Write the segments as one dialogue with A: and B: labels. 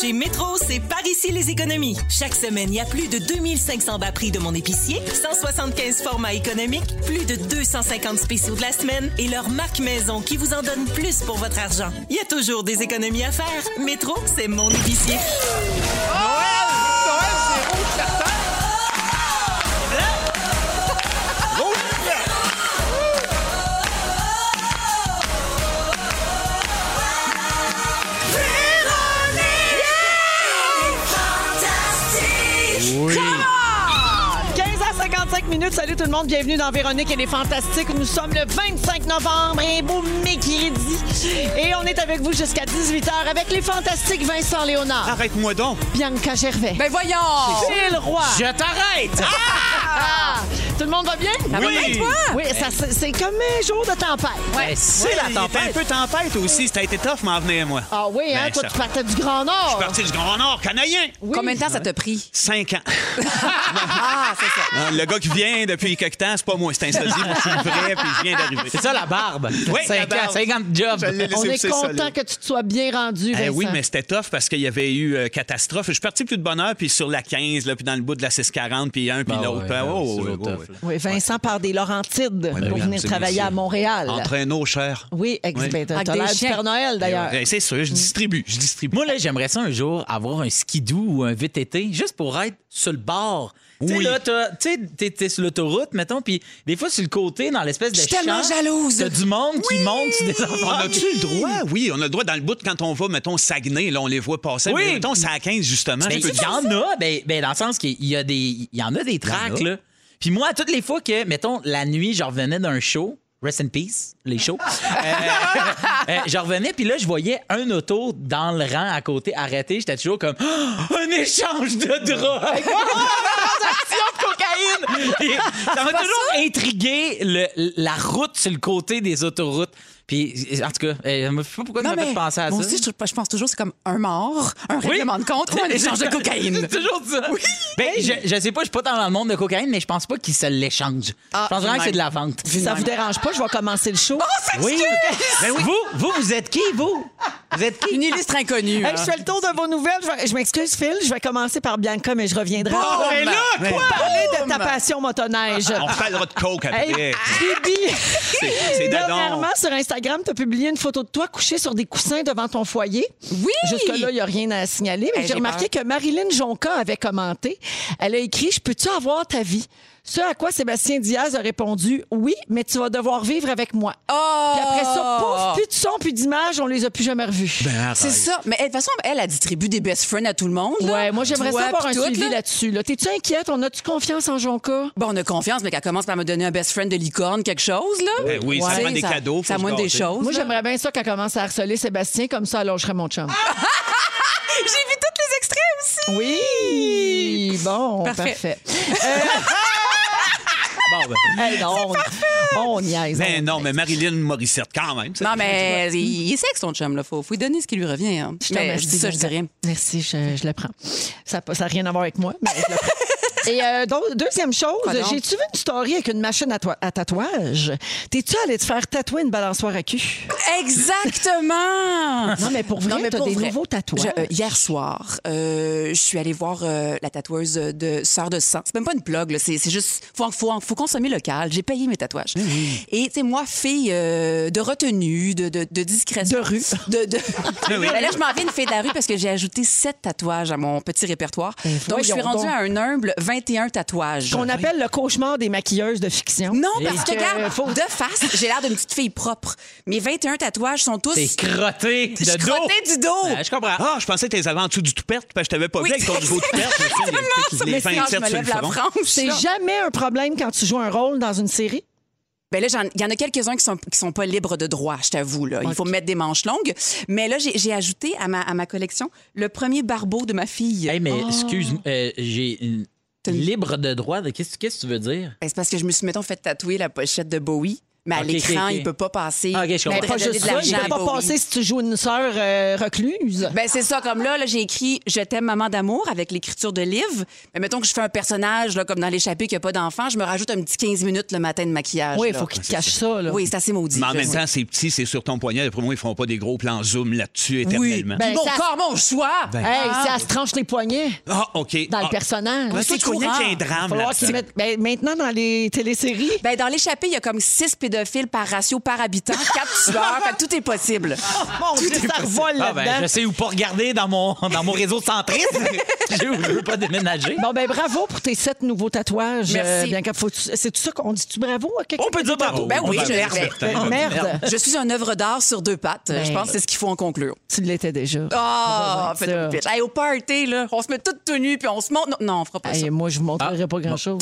A: Chez Métro, c'est par ici les économies. Chaque semaine, il y a plus de 2500 bas prix de mon épicier, 175 formats économiques, plus de 250 spéciaux de la semaine et leur marque maison qui vous en donne plus pour votre argent. Il y a toujours des économies à faire. Métro, c'est mon épicier.
B: Oui.
C: 15 à 55 minutes. Salut tout le monde. Bienvenue dans Véronique et les Fantastiques. Nous sommes le 25 novembre. Un beau mercredi. Et on est avec vous jusqu'à 18h avec les Fantastiques Vincent Léonard,
B: Arrête-moi donc.
C: Bianca Gervais,
D: Ben voyons!
C: Phil Roy.
B: Je t'arrête.
C: Ah! Tout le monde va bien?
B: oui.
C: Oui, ça, c'est c'est comme un jour de tempête.
D: Ouais.
B: C'est
C: Oui,
B: la
C: il
B: tempête.
C: était
B: un peu tempête aussi. Ça a été tough, m'en venir, moi.
C: Ah oui, hein?
B: Ben,
C: Toi,
B: ça-
C: tu partais du Grand
B: Je
C: Nord.
B: suis parti du Grand Nord canadien.
C: Oui.
D: Combien de temps ça t'a pris?
B: Cinq ans.
D: Ah, c'est ça.
B: Non, le gars qui vient depuis quelque temps, c'est pas moi, c'est un sosie. Moi, je suis vrai, puis je viens d'arriver.
E: C'est ça la barbe.
B: Oui, la
E: 5
B: barbe.
E: ans, 50 jobs.
C: On est content que tu te sois bien rendu, Vincent.
B: Eh oui, mais c'était tough parce qu'il y avait eu euh, catastrophe. Je suis parti plus de bonne heure, puis sur la 15, là, puis dans le bout de la 640, puis un, puis
E: Ah
B: l'autre.
E: ouais,
B: Ah, oh,
E: c'est
B: ouais,
E: toujours
B: ouais,
E: tough.
B: ouais.
C: Oui, Vincent part des Laurentides
B: ben
C: pour
B: oui,
C: venir
B: c'est
C: travailler
B: monsieur.
C: à Montréal.
B: Entraîneau cher.
C: Oui, ex-
B: Oui.
C: ben, t'as
D: Avec
C: t'as
D: des
C: l'air du
D: chiens.
C: Père Noël, d'ailleurs.
B: Eh, C'est sûr, je distribue, je distribue.
E: Moi, là, j'aimerais ça un jour avoir un skidoo ou un VTT juste pour être sur le bord. Tu sais,
B: Oui.
E: là, t'as- tu sais, t'es- t'es sur l'autoroute, mettons, puis des fois, sur le côté, dans l'espèce de
D: Je suis tellement
E: champ,
D: jalouse.
E: T'as du monde qui monte sur des
B: On
E: enfants.
B: a-tu le droit? Oui, on a le droit dans le bout quand on va, mettons, Saguenay, là, on les voit passer.
E: Oui.
B: Mais mettons, c'est à 15, justement.
E: Ben,
B: Je peux
E: il y en a, ben, ben, dans le sens qu'il y, a des- il y en a des tracks,
B: Il y en a.
E: là. Puis moi, toutes les fois que, mettons, la nuit, je revenais d'un show, Rest in Peace, les shows, euh, euh, je revenais, puis là, je voyais un auto dans le rang à côté arrêté. J'étais toujours comme Ah, un échange de drogue! Transaction de cocaïne! Puis ça m'a toujours intrigué le- la route sur le côté des autoroutes. Puis, en tout cas, euh, je sais pas pourquoi tu m'as fait penser à
D: moi
E: ça.
D: aussi, je, je pense toujours que c'est comme un mort, un
E: Oui.
D: règlement de compte ou un échange de cocaïne.
E: C'est toujours ça. Ben, je, je sais pas, je suis pas dans le monde de cocaïne, mais je pense pas qu'ils se l'échangent.
D: Ah,
E: je pense vraiment
D: même.
E: que c'est de la vente.
C: Si ça vous dérange pas, je vais commencer le show.
E: Oui. Ben oui. Vous, vous, vous êtes qui, vous? Vous êtes qui?
D: Une illustre inconnue. hein.
C: Hey, je fais le tour de vos nouvelles. Je, vais- je m'excuse, Phil. Je vais commencer par Bianca, mais je reviendrai après
E: Eh
B: mais là,
C: pour parler de ta passion motoneige.
B: On parlera de coke
C: Hey,
B: après.
D: ah,
C: Bibi,
B: C'est- C'est dedans.
C: dernièrement, sur Instagram, tu as publié une photo de toi couchée sur des coussins devant ton foyer.
D: Oui!
C: Jusque-là, il n'y a rien à signaler, mais
D: Hey, j'ai
C: j'ai remarqué que Marilyn Jonca avait commenté. Elle a écrit Je peux-tu avoir ta vie Ce à quoi Sébastien Diaz a répondu Oui, mais tu vas devoir vivre avec moi.
D: Oh!
C: Puis après ça, pouf, plus de son, plus d'image, on les a plus jamais revus.
B: Ben, hein.
D: C'est ça. Mais elle, de toute façon, elle, elle distribue des best friends à tout le monde. là.
C: Ouais, moi j'aimerais
D: Toi,
C: ça avoir
D: puis
C: un
D: tout,
C: suivi
D: là.
C: là-dessus. Là. T'es-tu inquiète? On a-tu confiance en Jonca?
D: Bon, on a confiance, mais qu'elle commence par me donner un best friend de licorne, quelque chose, là.
B: Ben oui, ça
D: Tu sais,
B: demande des cadeaux, faut
D: Eh Ça
B: se
D: demande des
B: gâter.
D: choses.
C: Moi
D: là.
C: j'aimerais bien ça qu'elle commence à harceler Sébastien, comme ça elle longerait mon chum.
D: Ah! J'ai vu tous les extraits aussi.
C: Oui! Bon, parfait.
D: Parfait.
E: Bon, ben,
C: Hey, non, on, on niaise.
B: Ben
C: on-
B: non, mais Marilyn Morissette, quand même.
D: Non, mais il, il est sec, son chum, là. Faut, faut lui donner ce qui lui revient. hein.
C: Je te
D: Mais
C: remercie,
D: je dis ça, je dis
C: Bianca.
D: rien.
C: Merci, je, je le prends. Ça n'a ça a rien à voir avec moi, mais je le prends. Et euh, donc, deuxième chose,
D: Quoi donc?
C: j'ai-tu vu une story avec une machine à, toi- à tatouage? T'es-tu allé te faire tatouer une balançoire à cul?
D: Exactement!
C: Non, mais pour vrai, t'as
D: pour
C: des nouveaux tatouages.
D: Je- euh, hier soir, euh, je suis allée voir euh, la tatoueuse de Sœur de Sang. C'est même pas une plug, là. C'est c'est juste. Faut, faut, faut consommer local. J'ai payé mes tatouages. Et, tu sais, moi, fille euh, de retenue, de, de, de discrétion.
C: De rue.
D: De, de- Ben là, je m'en vais une fille de la rue parce que j'ai ajouté sept tatouages à mon petit répertoire. Donc, je suis
C: Eh, voyons
D: rendue
C: donc.
D: à un humble 21 tatouages.
C: Qu'on appelle le cauchemar des maquilleuses de fiction.
D: Non, parce
C: Et
D: que,
C: que,
D: regarde,
C: faut-
D: de face, j'ai l'air d'une petite fille propre. Mes 21 tatouages sont tous.
E: t'es crotté
D: Je
E: de
D: suis
E: dos.
D: crottée du dos.
E: Ben, je comprends.
B: Ah, je pensais que t'es avais en dessous du toupette, parce que je t'avais pas
D: Oui,
B: vu avec ton
D: c'est-
B: niveau toupette. Je me suis dit, il y a peut-être
D: Mais c'est quand je me lève la frange.
C: C'est
D: là.
C: jamais un problème quand tu joues un rôle dans une série.
D: Ben là, j'en- il y en a quelques-uns qui sont, qui sont pas libres de droit, je t'avoue. Là. Il faut mettre des manches longues. Mais là, j'ai j'ai ajouté à ma, à ma collection le premier barbeau de ma fille.
E: Hey, mais excuse-moi, euh, j'ai une. Libre de droit, de- qu'est-ce qu'est-ce que tu veux dire?
D: Ben, C'est parce que je me suis, mettons, fait tatouer la pochette de Bowie. Mais à
E: Ok,
D: l'écran,
E: ok, ok.
D: il peut pas passer.
E: Ah, ok, je comprends.
D: Mais
E: Mais
C: Ben, Pas
D: donner
C: juste
D: de
C: ça, il
D: l'argent
C: peut
D: à
C: pas
D: Bowie.
C: passer si tu joues une sœur euh, recluse.
D: Ben, c'est ça, comme là, là, j'ai écrit Je t'aime, maman d'amour avec l'écriture de livre. Mais mettons que je fais un personnage, là, comme dans l'échappée, qui a pas d'enfant, je me rajoute un petit 15 minutes le matin de maquillage.
C: oui,
D: là.
C: il faut qu'il te cache ça. là.
D: Oui, c'est assez maudit.
B: Mais en
D: je
B: même
D: sais.
B: temps, c'est petit, c'est sur ton poignet. Pour moi, ils feront pas des gros plans zoom là-dessus
D: oui,
B: éternellement. Ben.
C: ben,
D: mon
C: ça-
D: corps, mon choix. Euh,
C: Hey, si
D: Ah.
C: elle se tranche les poignets
B: Ah, OK.
C: dans le
B: Ah.
C: personnage.
B: Ouais, toi, tu
D: C'est
B: croyais
D: courant.
B: qu'il y a un drame
C: Falloir
B: là-dedans.
C: qu'ils mettent- ben, maintenant, dans les téléséries,
D: Ben, dans l'échappée, il y a comme 6 pédophiles par ratio par habitant, 4 tueurs. fait que tout est possible.
C: mon Dieu, ça revole
E: Ah, ben, je
C: là-dedans.
E: sais où pas regarder dans mon, dans mon réseau centriste. J'ai où je veux pas déménager.
C: Bon, ben bravo pour tes sept nouveaux tatouages. euh,
D: Merci.
C: bien C'est tout ça qu'on dit-tu bravo à quelqu'un?
E: On peut dire
B: Oh,
E: bravo.
D: Ben oui,
E: On
D: je
E: va-
D: l'ai fait.
E: Certain.
C: Merde,
D: Je suis une œuvre d'art sur deux pattes. Euh, Je pense que c'est ce qu'il faut en conclure.
C: tu l'étais déjà.
D: Ben, Ah,
C: On va
D: faites
C: dire ça.
D: le pitch. Hey, au party, là, on se met toutes tenues puis on se monte. Non, non, on fera pas ça.
C: Hey, moi, je vous
B: Ah.
C: montrerai pas grand-chose.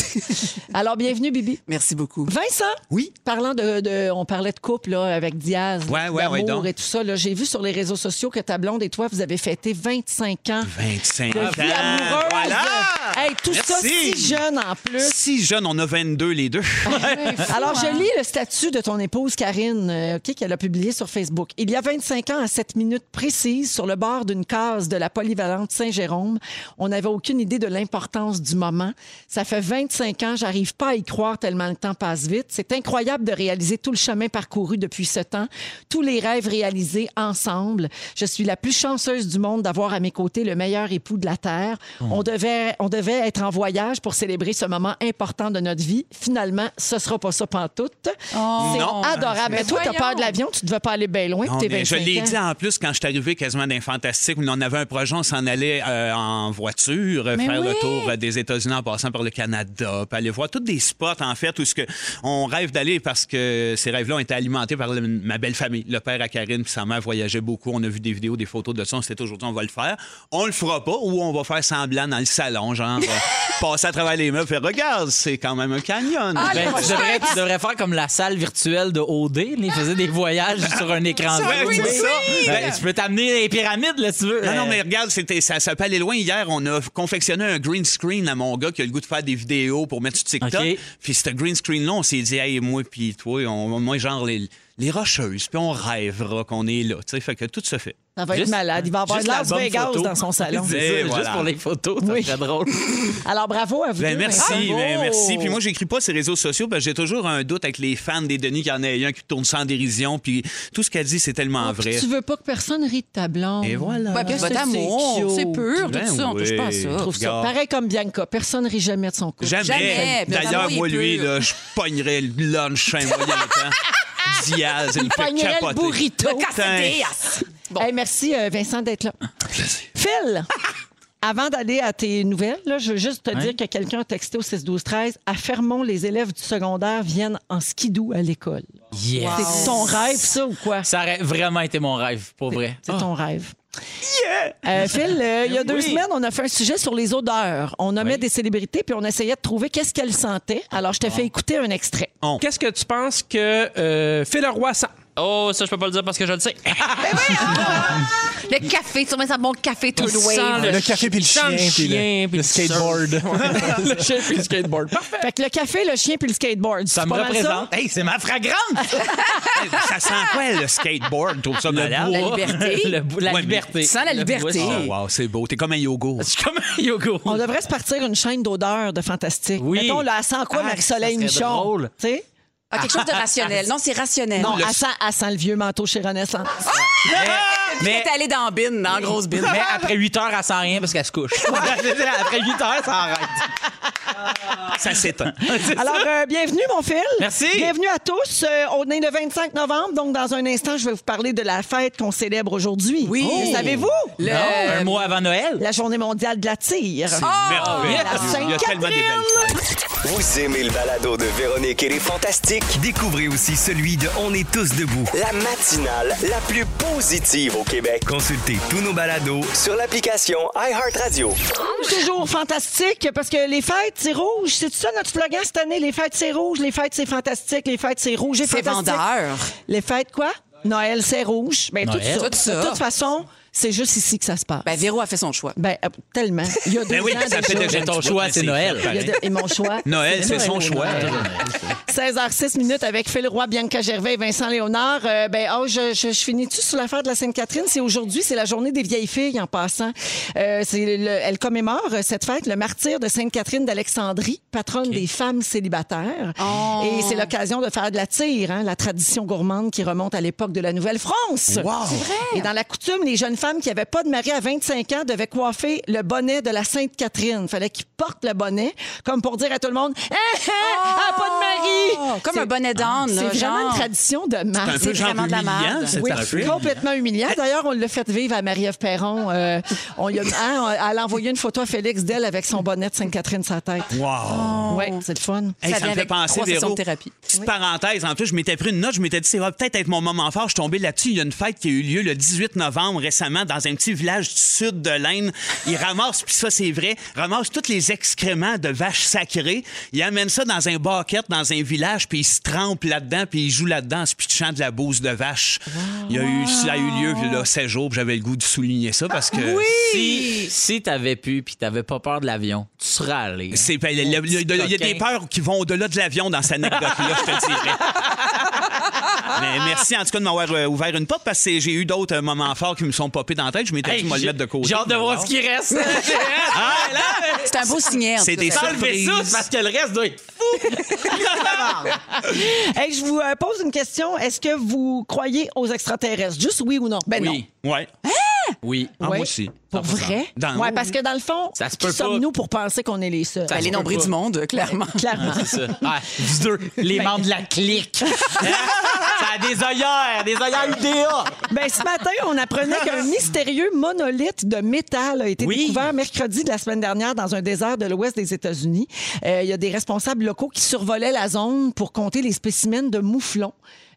C: Alors, bienvenue, Bibi.
D: Merci beaucoup.
C: Vincent,
B: Oui.
C: Parlant de, de- on parlait de couple là, avec Diaz,
B: Ouais, ouais,
C: d'amour
B: ouais, donc.
C: et tout ça. là, J'ai vu sur les réseaux sociaux que ta blonde et toi, vous avez fêté 25 ans
B: 25
C: de
B: ans.
C: vie amoureuse.
B: Voilà!
C: Hey, tout ça
B: Merci.
C: si jeune en plus.
B: Si jeune, on a 22 les deux.
C: Alors, je lis le statut de ton épouse, Karine, euh, OK, qu'elle a publié sur Facebook. Il y a 25 ans, à cette minute précise, sur le bord d'une case de la polyvalente Saint-Jérôme, on n'avait aucune idée de l'importance du moment. Ça fait 25 ans, j'arrive pas à y croire tellement le temps passe vite. C'est incroyable de réaliser tout le chemin parcouru depuis ce temps, tous les rêves réalisés ensemble. Je suis la plus chanceuse du monde d'avoir à mes côtés le meilleur époux de la Terre.
B: Mmh.
C: On, devait, on devait être en voyage pour célébrer ce moment important de notre vie. Finalement, ce sera pas ça pantoute. C'est
B: Non.
C: adorable. Oh. Mais toi, t'as
D: voyons.
C: peur de l'avion, tu devais pas aller bien loin,
B: Non,
C: puis t'es
B: mais
C: 25
B: je l'ai
C: ans.
B: dit en plus quand je suis arrivé quasiment d'un fantastique où on avait un projet, on s'en allait euh, en voiture, euh, faire le tour euh, des États-Unis en passant par le Canada, puis aller voir tous des spots en fait où ce que on rêve d'aller parce que ces rêves-là ont été alimentés par le- ma belle famille. Le père à Karine puis sa mère voyageaient beaucoup. On a vu des vidéos, des photos de ça. On s'est dit aujourd'hui on va le faire. On le fera pas ou on va faire semblant dans le salon, genre euh, passer à travers les meubles. Faire regarde, c'est quand même un canyon.
C: Ah,
E: Ben, tu, devrais, tu devrais faire comme la salle virtuelle de OD. là, Ils faisaient des voyages sur un écran.
B: Ouais,
E: de-
B: oui,
E: Ben,
B: oui.
E: ben, tu peux t'amener les pyramides, là, si tu veux.
B: Non, non, mais regarde, c'était, ça, ça peut aller loin. Hier, on a confectionné un green screen à mon gars qui a le goût de faire des vidéos pour mettre sur TikTok.
E: OK.
B: Puis ce green screen-là, on s'est dit, hey, moi, puis toi, on, moi, genre, les, les rocheuses, puis on rêvera qu'on est là. Tu sais, fait que tout se fait.
C: Ça va être
E: Juste-
C: malade. Il va avoir de
E: Juste
C: Las
E: l'album
C: Vegas
E: photo.
C: dans son salon.
E: C'est
B: Et
E: ça,
B: voilà.
E: Juste pour les photos, ça
C: Oui.
E: serait drôle.
C: Alors, bravo à vous.
B: Ben,
C: deux.
B: merci,
C: Bravo.
B: ben, merci. Puis moi, j'écris pas ces réseaux sociaux parce que j'ai toujours un doute avec les fans des Denis qu'il y en ait un qui tourne sans dérision. Puis tout ce qu'elle dit, c'est tellement
C: Puis
B: vrai.
C: tu veux pas que personne rie de ta blonde.
B: Et voilà.
D: Ouais, puis
C: Ah,
D: votre
C: ça, c'est
D: amour,
C: cute.
D: c'est pur,
B: Ben
D: tout ça, on touche pas à
B: oui.
D: ça.
C: Je trouve ça.
B: Regarde.
C: Pareil comme Bianca, personne rit jamais de son couple.
B: Jamais.
D: Jamais. Puis
B: D'ailleurs,
D: vraiment, il
B: moi,
D: est
B: lui,
D: pur.
B: là, je pognerais le lunch un moyen temps. Diaz, il me fait
C: Pognerait le
B: capoter.
C: burrito.
B: Putain.
C: Hey, merci, euh, Vincent, d'être là. Phil, avant d'aller à tes nouvelles, là, je veux juste te dire que quelqu'un a texté au 6-12-13 à Fermont, les élèves du secondaire viennent en skidou à l'école.
E: Yes.
C: C'est ton rêve, ça, ou quoi?
E: Ça aurait vraiment été mon rêve, pour vrai.
C: C'est ton rêve. Euh, Phil, euh, il y a deux semaines, on a fait un sujet sur les odeurs. On nommait des célébrités, puis on essayait de trouver qu'est-ce qu'elles sentaient. Alors, je te
E: Ah.
C: fais écouter un extrait.
F: Qu'est-ce que tu penses que euh, Phil Roy sent?
G: Oh, ça, je peux pas le dire parce que je le sais.
E: Ah,
H: Le café, tu mets un bon café tout le
D: Ah,
H: way.
F: Le café puis le chien, puis le, skateboard. le chien puis le skateboard. Parfait.
C: Fait que le café, le chien, puis le skateboard.
E: Ça
C: C'est
E: me
C: pas mal
E: représente. Hey, c'est ma fragrance!
B: Hey, Ça sent quoi, le skateboard? Je trouve ça malade.
D: bois. La liberté.
E: Le bois- la
B: Ouais, mais-
E: liberté.
D: Sans la
E: Le
D: liberté.
E: bois,
B: Oh, wow, c'est beau. T'es comme un yogourt.
E: Je suis comme un yogourt.
C: On devrait se partir une chaîne d'odeurs de fantastique.
E: Oui.
C: Mettons, là, elle sent quoi,
E: Ah,
C: Marie-Soleil
E: ça serait
C: Michon?
E: drôle.
C: Tu sais?
D: Ah, quelque chose de rationnel. Non, c'est rationnel.
C: Non,
D: Non,
C: elle, sent, elle sent le vieux manteau chez Renaissance.
E: Mais,
D: t'es allé dans bin, en grosse bin.
E: mais après 8 heures, elle sent rien parce qu'elle se couche. après 8 heures, ça arrête.
B: Ça s'éteint.
C: Alors, euh, bienvenue, mon Phil.
E: Merci.
C: Bienvenue à tous. Euh, on est le 25 novembre, donc dans un instant, je vais vous parler de la fête qu'on célèbre aujourd'hui.
D: Oui.
C: Le Savez-vous?
D: Le-
E: Un mois avant Noël.
C: La journée mondiale de la tire.
E: Ah!
D: Ah,
B: Merveilleux.
D: oh,
B: Il y a tellement des belles fêtes.
I: Vous aimez le balado de Véronique et les Fantastiques?
J: Découvrez aussi celui de On est tous debout.
I: La matinale la plus positive au Québec.
J: Consultez tous nos balados
I: Sur l'application iHeartRadio.
C: Toujours fantastique, parce que les fêtes, c'est rouge. C'est ça notre slogan cette année? Les fêtes, c'est rouge. Les fêtes, c'est fantastique. Les fêtes, c'est rouge. et
D: C'est
C: fantastique.
D: vendeur.
C: Les fêtes, quoi? Noël, c'est rouge. Ben,
E: Noël.
C: Tout ça.
D: Tout ça.
C: De toute façon, C'est juste ici que ça se passe.
D: Ben, Véro a fait son choix.
C: Ben, euh, tellement. Il y a deux
B: Ben oui,
C: ans
B: ça fait
C: déjà.
B: déjà un
E: Ton
B: petit
E: choix,
B: bout, mais
E: c'est Noël.
C: Il y a deux- Et mon choix.
B: Noël, c'est son choix.
C: 16h06 minutes avec Phil Roy, Bianca Gervais et Vincent Léonard. Euh, ben, oh, je, je, je finis-tu sur l'affaire de la Sainte-Catherine? C'est aujourd'hui, c'est la journée des vieilles filles en passant. Euh, c'est le- elle commémore euh, cette fête, le martyr de Sainte-Catherine d'Alexandrie, patronne des femmes célibataires. Et c'est l'occasion de faire de la tire, hein, la tradition gourmande qui remonte à l'époque de la Nouvelle-France. Et dans la coutume, les jeunes femmes qui n'avaient pas de mari à 25 ans devaient coiffer le bonnet de la Sainte-Catherine. Fallait qu'ils portent le bonnet, comme pour dire à tout le monde, Ah, ah, ah, pas de mari!
D: Oh, Comme
C: C'est-
D: un bonnet d'âne,
C: C'est
D: là,
C: vraiment
D: genre.
C: une tradition de masse.
D: C'est vraiment de la merde.
B: cette
C: Oui,
B: affaire.
C: complètement humiliant. D'ailleurs, on l'a fait vivre à Marie-Ève Perron. Euh, on lui a, hein, elle a envoyé une photo à Félix d'elle avec son bonnet de Sainte-Catherine sur la tête.
B: Wow!
C: Oui, c'est le fun.
B: Hey,
D: Ça
B: ça,
D: vient
B: me fait
D: avec
B: penser,
D: trois sessions
B: Véro.
D: de thérapie.
B: Petite parenthèse, en plus, je m'étais pris une note, je m'étais dit, ça va peut-être être mon moment fort. Je suis tombé là-dessus. Il y a une fête qui a eu lieu le 18 novembre récemment dans un petit village du sud de l'Aisne. Ils ramassent, puis ça, c'est vrai, ramassent tous les excréments de vaches sacrées. Ils amènent ça dans un bucket, dans un village, puis ils se trempent là-dedans, puis ils jouent là-dedans en se pitchant de la bouse de vache. Il y a eu, ça a eu lieu, là, 16 jours, puis j'avais le goût de souligner ça parce
D: Ah
B: que.
E: Si, si t'avais pu puis t'avais pas peur de l'avion, tu serais allé.
B: C'est- ben, Il y, a- il y a- il y a des peurs qui vont au-delà de l'avion dans cette anecdote-là, je te dirais. Mais merci en tout cas de m'avoir euh, ouvert une porte parce que c'est- j'ai eu d'autres euh, moments forts qui me sont popés dans la tête. Je m'étais dit, moi, le mettre de côté.
E: J'ai hâte de voir ce qui reste.
D: C'est un beau signal.
B: C'est des
E: Enlevez
B: surprises.
E: ça parce que le reste doit être fou.
C: Hey, je vous euh, pose une question. Est-ce que vous croyez aux extraterrestres? Juste oui ou non? Ben non.
B: Ouais.
E: Hein? Oui.
B: Ah,
C: Ouais.
B: Moi aussi.
C: Pour
B: 100%.
C: vrai?
B: Dans-
C: Ouais, parce que dans le fond,
E: Ça se
C: qui
E: peut pas.
C: sommes-nous pour penser qu'on est les seuls?
D: Ben, les nombrés du monde, clairement.
C: Clairement.
E: C'est ça. Ouais, vous deux, les membres de la clique. Hein? Ben, Ça a des œillères, des œillères UDA.
C: Ben, ce matin, on apprenait qu'un mystérieux monolithe de métal a été
E: Oui.
C: découvert mercredi de la semaine dernière dans un désert de l'ouest des États-Unis. Euh, Il y a des responsables locaux qui survolaient la zone pour compter les spécimens de mouflons.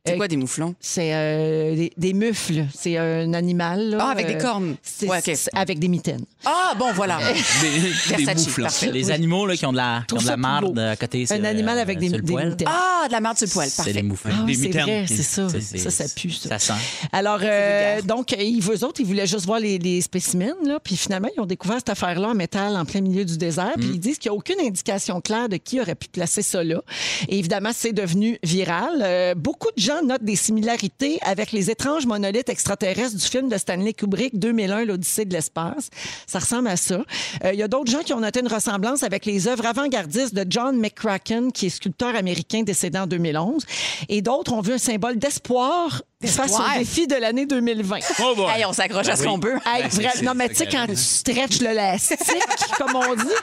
C: Euh,
D: C'est quoi des mouflons?
C: C'est euh, des, des mufles. C'est un animal. là. euh,
D: Ah, avec des cornes.
C: c'est-
D: Ouais, OK.
C: c'est avec des mitaines.
D: Ah, bon, voilà.
B: Des, des
D: Versace,
B: mouflons.
D: parfait.
E: Les animaux là, qui ont de la, qui ont
C: Trouve
E: de
C: ça
E: la
C: tout
E: marde
C: beau.
E: à côté. sur
C: un
E: le-
C: animal avec des,
E: sur le
C: des
E: poil.
C: mitaines.
D: Ah, de la merde sur le poil.
E: C'est les
D: Parfait.
E: mouflons.
C: Ah,
B: des
C: c'est
B: mitaines.
C: vrai, c'est ça.
E: C'est- c'est-
C: Ça, ça pue, ça.
E: ça sent.
C: Alors, euh, donc, ils, eux autres, ils voulaient juste voir les, les spécimens, là. Puis finalement, ils ont découvert cette affaire-là en métal en plein milieu du désert. Puis ils disent qu'il n'y a aucune indication claire de qui aurait pu placer ça là. Et évidemment, c'est devenu viral. Euh, beaucoup de gens notent des similarités avec les étranges monolithes extraterrestres du film de Stanley Kubrick 2001, L'Odyssée de l'espace. Ça ressemble à ça. Euh, Il y a d'autres gens qui ont noté une ressemblance avec les œuvres avant-gardistes de John McCracken, qui est sculpteur américain décédé en 2011. Et d'autres ont vu un symbole d'espoir face au
D: D'espoir.
C: défi de l'année 2020.
B: Oh boy.
D: Hey, on s'accroche à ce qu'on peut.
C: Hey,
B: c'est-
C: vrai-
B: c'est-
C: non, mais
B: c'est
C: tu sais, quand tu stretches le l'élastique, comme on dit.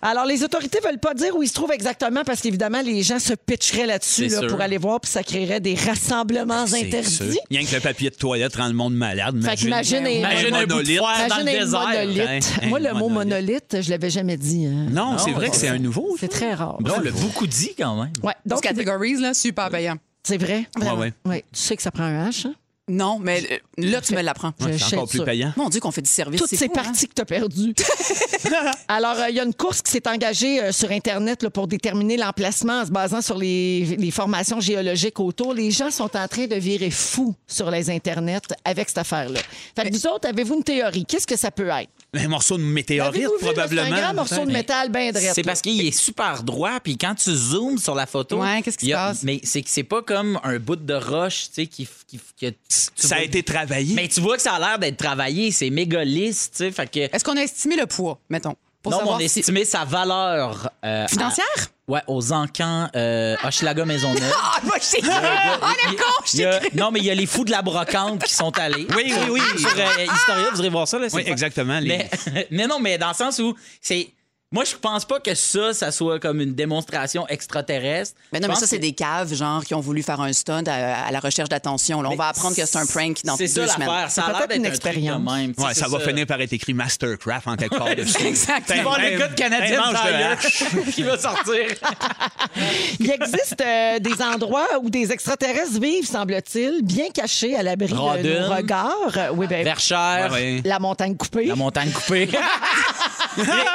C: Alors, les autorités veulent pas dire où ils se trouvent exactement parce qu'évidemment, les gens se pitcheraient là-dessus
E: C'est
C: là,
E: sûr.
C: pour aller voir, puis ça créerait des rassemblements
B: Ben, Sûr.
C: interdits.
B: Rien que le papier de toilette rend le monde malade.
C: Fait qu'imagine un-
E: Imagine un bout de
B: monolithe.
E: foire dans le
C: Imagine un
E: désert.
C: monolithe.
B: Ben, un
C: Moi, le mot
B: monolithe.
C: monolithe, je l'avais jamais dit. hein.
B: Non, c'est vrai que c'est un nouveau.
C: C'est très rare.
E: Bon, on l'a beaucoup dit quand même.
C: Ouais,
D: Donc,
C: donc,
D: categories, là, super payant.
C: c'est vrai.
B: Ouais, ouais.
C: Ouais, tu sais que ça prend un H. hein?
D: Non, mais euh, là, tu me l'apprends.
C: Je
B: C'est encore
C: shake
B: plus
C: ça.
B: payant.
D: Mon Dieu, qu'on fait du service.
C: Toutes
D: c'est
C: ces
D: fou, hein?
C: parties que tu as perdues. Alors, euh, il y a une course qui s'est engagée euh, sur Internet là, pour déterminer l'emplacement en se basant sur les, les formations géologiques autour. Les gens sont en train de virer fou sur les Internet avec cette affaire-là. Fait que vous autres, avez-vous une théorie? Qu'est-ce que ça peut être?
B: Un morceau de météorite,
C: Avez-vous vu, là,
B: probablement.
C: C'est un grand morceau de métal bien drette.
E: C'est parce qu'il est super droit, puis quand tu zoomes sur la photo.
D: Ouais, qu'est-ce qui
E: il y
D: se passe?
E: Mais c'est que c'est pas comme un bout de roche, tu sais, qui. f- qui f- que tu- tu
B: Ça a
E: vois-
B: été travaillé.
E: Mais tu vois que ça a l'air d'être travaillé, c'est méga lisse, tu sais, fait
C: Euh,
E: que.
D: Est-ce qu'on a estimé le poids, mettons? Pour
E: non, mais on
D: savoir
E: a
D: si-
E: estimé sa valeur. euh,
D: Financière?
E: à- ouais, aux encans euh, Hochelaga Maisonneuve.
D: Ah, moi, je t'ai cru! Ah, le con, je
E: Euh, Il y
D: t'ai
E: a-
D: cru!
E: non, mais il y a les fous de la brocante qui sont allés.
B: Oui, oui, oui. Ah,
E: Sur euh, Historia, vous irez voir ça. Là, c'est
B: Oui,
E: le fun.
B: exactement, les-
E: Mais, mais non, mais dans le sens où c'est. Moi, je pense pas que ça, ça soit comme une démonstration extraterrestre.
D: Mais non,
E: Je
D: mais
E: pense
D: ça, c'est
E: que-
D: des caves, genre, qui ont voulu faire un stunt à, à la recherche d'attention. là. On va apprendre que c'est un prank dans deux
E: C'est ça
D: semaines.
E: l'affaire. Ça a
C: peut
E: l'air
C: être
E: d'être
C: une
E: une expérience.
C: expérience.
E: même. tu sais,
B: Ouais, ça,
E: c'est
B: va finir par être écrit Mastercraft en quelque part dessus.
D: Exactement.
B: Hey,
E: Tu vas voir
B: hey,
E: le gars de
B: hey,
E: Canadien
B: mange de
E: Tire
B: hache.
E: qui va sortir.
C: Il existe euh, des endroits où des extraterrestres vivent, semble-t-il, bien cachés à l'abri de
E: Rodin.
C: nos regards. Euh, Oui, ben,
E: Verchères,
B: Ouais, ouais.
C: la montagne coupée.
E: la montagne coupée.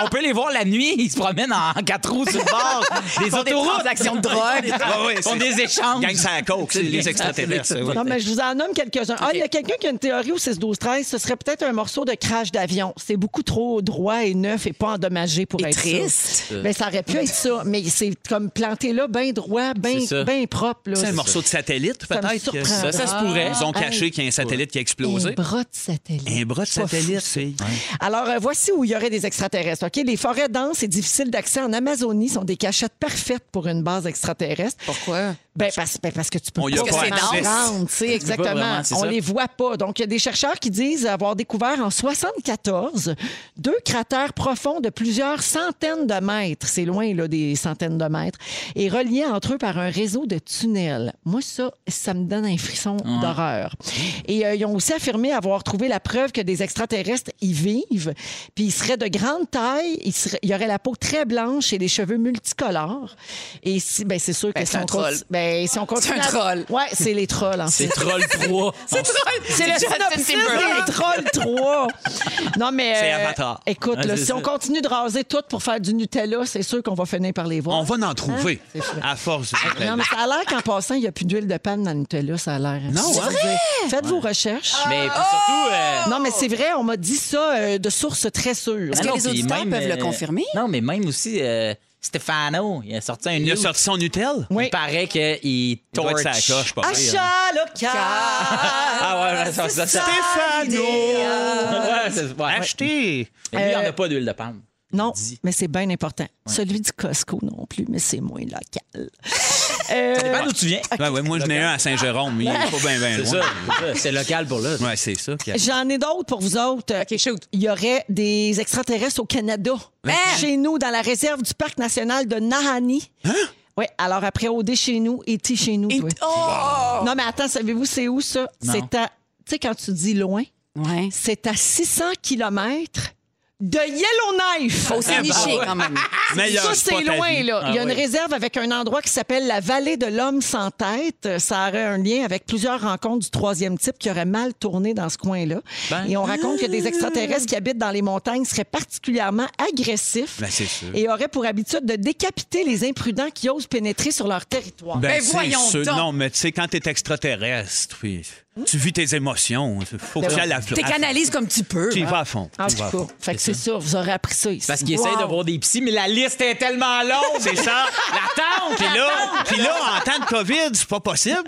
E: on peut les voir la nuit, ils se promènent en quatre roues sur le bord. Des
D: Ils font des
E: autoroutes.
D: transactions de drogue.
B: Ah ouais,
E: Ils font
B: c'est-
E: des échanges.
B: Gang, c'est la coke, c'est les extraterrestres. oui.
C: Non, mais je vous en nomme quelques-uns. Ah, il y a quelqu'un qui a une théorie au 6-12-13. Ce serait peut-être un morceau de crash d'avion. C'est beaucoup trop droit et neuf et pas endommagé pour
D: Et
C: être ça.
D: triste.
C: Ben, ça aurait pu être ça, mais c'est comme planté là, bien droit, bien
E: C'est ça.
C: bien propre. là.
B: C'est un morceau de satellite,
C: me
B: peut-être. que-
C: surprend. Ça, ça se pourrait.
B: Ils ont caché
C: Hey.
B: qu'il y a un satellite qui a
H: Un
B: explosé.
H: bras de satellite.
B: Un bras de satellite, c'est.
C: Alors, euh, voici où il y aurait des extraterrestres. OK? Les forêts denses et difficiles d'accès en Amazonie sont des cachettes parfaites pour une base extraterrestre.
D: Pourquoi?
C: Ben parce, ben, parce que tu peux
B: On y
C: pas
B: a pas
C: vraiment
B: accès.
C: rendre, tu sais,
E: pas
C: exactement.
E: vraiment, c'est
C: On
E: ça.
C: les voit pas. Donc, il y a des chercheurs qui disent avoir découvert en 74 deux cratères profonds de plusieurs centaines de mètres. C'est loin, là, des centaines de mètres. Et reliés entre eux par un réseau de tunnels. Moi, ça, ça me donne un frisson d'horreur. Et euh, ils ont aussi affirmé avoir trouvé la preuve que des extraterrestres y vivent. Puis ils seraient de grande taille. Ils, seraient- ils auraient la peau très blanche et des cheveux multicolores. Et si, ben, c'est sûr que
D: Ben,
C: si
D: c'est
C: on
D: un troll.
C: conti- ben, si on continue
D: C'est un
C: à-
D: troll.
C: Ouais, c'est les trolls, en fait.
E: C'est Troll 3.
D: C'est drôle.
C: C'est le synopsis des Trolls 3. Non, mais.
B: C'est
C: euh,
B: Avatar.
C: Écoute,
E: Ouais,
C: là,
E: c'est
C: si
E: ça.
C: on continue de raser tout pour faire du Nutella, c'est sûr qu'on va finir par les voir.
B: On va en trouver.
C: C'est vrai.
B: À force. de-
C: Non, mais ça a l'air qu'en passant, il n'y a plus d'huile de palme dans le Nutella, ça a l'air.
B: Non, hein?
C: Faites vos recherches.
E: Mais
D: Oh!
E: puis surtout. euh,
C: Non, mais c'est vrai, on m'a dit ça euh, de sources très sûres.
E: Ah
D: que
E: non,
D: les
E: puis
D: auditeurs
E: même,
D: peuvent le confirmer?
E: Non, mais même aussi euh, Stefano, il a sorti un
B: Il a
E: news.
B: sorti son Nutella?
E: Il paraît qu'il
B: doit
E: torch.
B: être sa coche, pas pire. hein?
C: Achat local.
E: Ah ouais, ouais, ça, ça, ça. Ouais, c'est- ouais.
B: Acheter!
E: Mais lui, il n'en a pas d'huile de palme.
C: Non,
E: dit.
C: mais c'est bien important. Celui du Costco non plus, mais c'est moins local. Euh,
E: Ça dépend d'où tu viens.
B: Ben ouais, moi, j'en ai un à Saint-Jérôme. Il est pas bien, bien
E: C'est
B: loin.
E: ça, c'est ça. C'est local pour là.
B: Ouais, c'est ça. qu'il y a.
C: J'en ai d'autres pour vous autres.
D: OK, shoot. Hein?
C: Il y aurait des extraterrestres au Canada. Hein? Chez nous, dans la réserve du parc national de Nahani.
D: Hein?
C: Oui, alors après OD chez nous, E.T. chez nous. toi.
D: oh!
C: Non, mais attends, savez-vous c'est où ça?
E: Non.
C: C'est à... Tu sais, quand tu dis loin,
D: Ouais.
C: c'est à 600 km de Yellowknife.
D: Faut aussi nicher quand même.
B: Meilleur
C: Ça,
B: spot à
C: c'est
B: vie.
C: loin, là. Il y a
E: Ah
C: une
E: oui.
C: réserve avec un endroit qui s'appelle la vallée de l'homme sans tête. Euh, Ça aurait un lien avec plusieurs rencontres du troisième type qui auraient mal tourné dans ce coin-là.
E: Ben.
C: Et on raconte que des extraterrestres qui habitent dans les montagnes seraient particulièrement agressifs
B: Ben, c'est sûr.
C: et auraient pour habitude de décapiter les imprudents qui osent pénétrer sur leur territoire.
B: Ben,
D: Ben,
B: c'est
D: voyons
B: sûr.
D: donc.
B: Non, mais tu sais, quand t'es extraterrestre, puis tu vis tes émotions. hein. Faut que tu ailles à
D: T'es hein. canalise comme tu peux.
B: Tu y vas à fond.
C: en
B: Tu y
C: tout
B: vas
C: cas,
B: à fond.
C: fait que Ah, c'est ça, vous aurez appris ça ici.
E: Parce qu'il essaie
C: Wow.
E: de voir des psys, mais la liste est tellement longue.
B: C'est ça.
E: L'attente!
B: Puis là, puis là, en temps de COVID, c'est pas possible.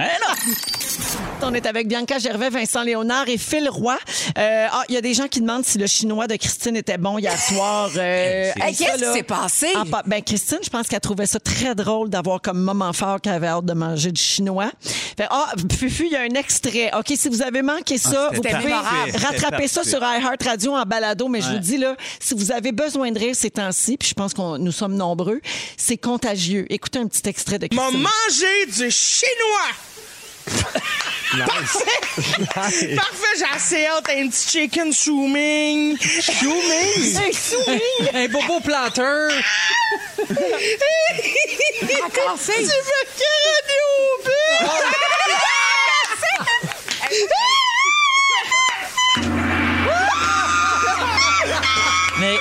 C: On est avec Bianca Gervais, Vincent Léonard et Phil Roy. Euh, ah, Il y a des gens qui demandent si le chinois de Christine était bon hier soir. Euh,
D: Hey,
C: ça,
D: Qu'est-ce
C: là,
D: qui s'est passé?
C: en pa- ben, Christine, je pense qu'elle trouvait ça très drôle d'avoir comme moment fort qu'elle avait hâte de manger du chinois. Fait, ah, Fufu, il y a un extrait. OK, si vous avez manqué ça, vous
B: c'était
C: pouvez
B: parfait.
C: rattraper
B: C'était
C: ça
B: parfait.
C: sur iHeart Radio en balado. Mais je vous dis, là, si vous avez besoin de rire ces temps-ci, puis je pense que nous sommes nombreux, c'est contagieux. Écoutez un petit extrait de Christine.
F: manger du chinois! Parfait! Parfait, j'ai assez hâte un petit chicken souming. Souming?
C: Hey, souris!
F: Un bobo planteur.
D: Encore fait.
E: Mais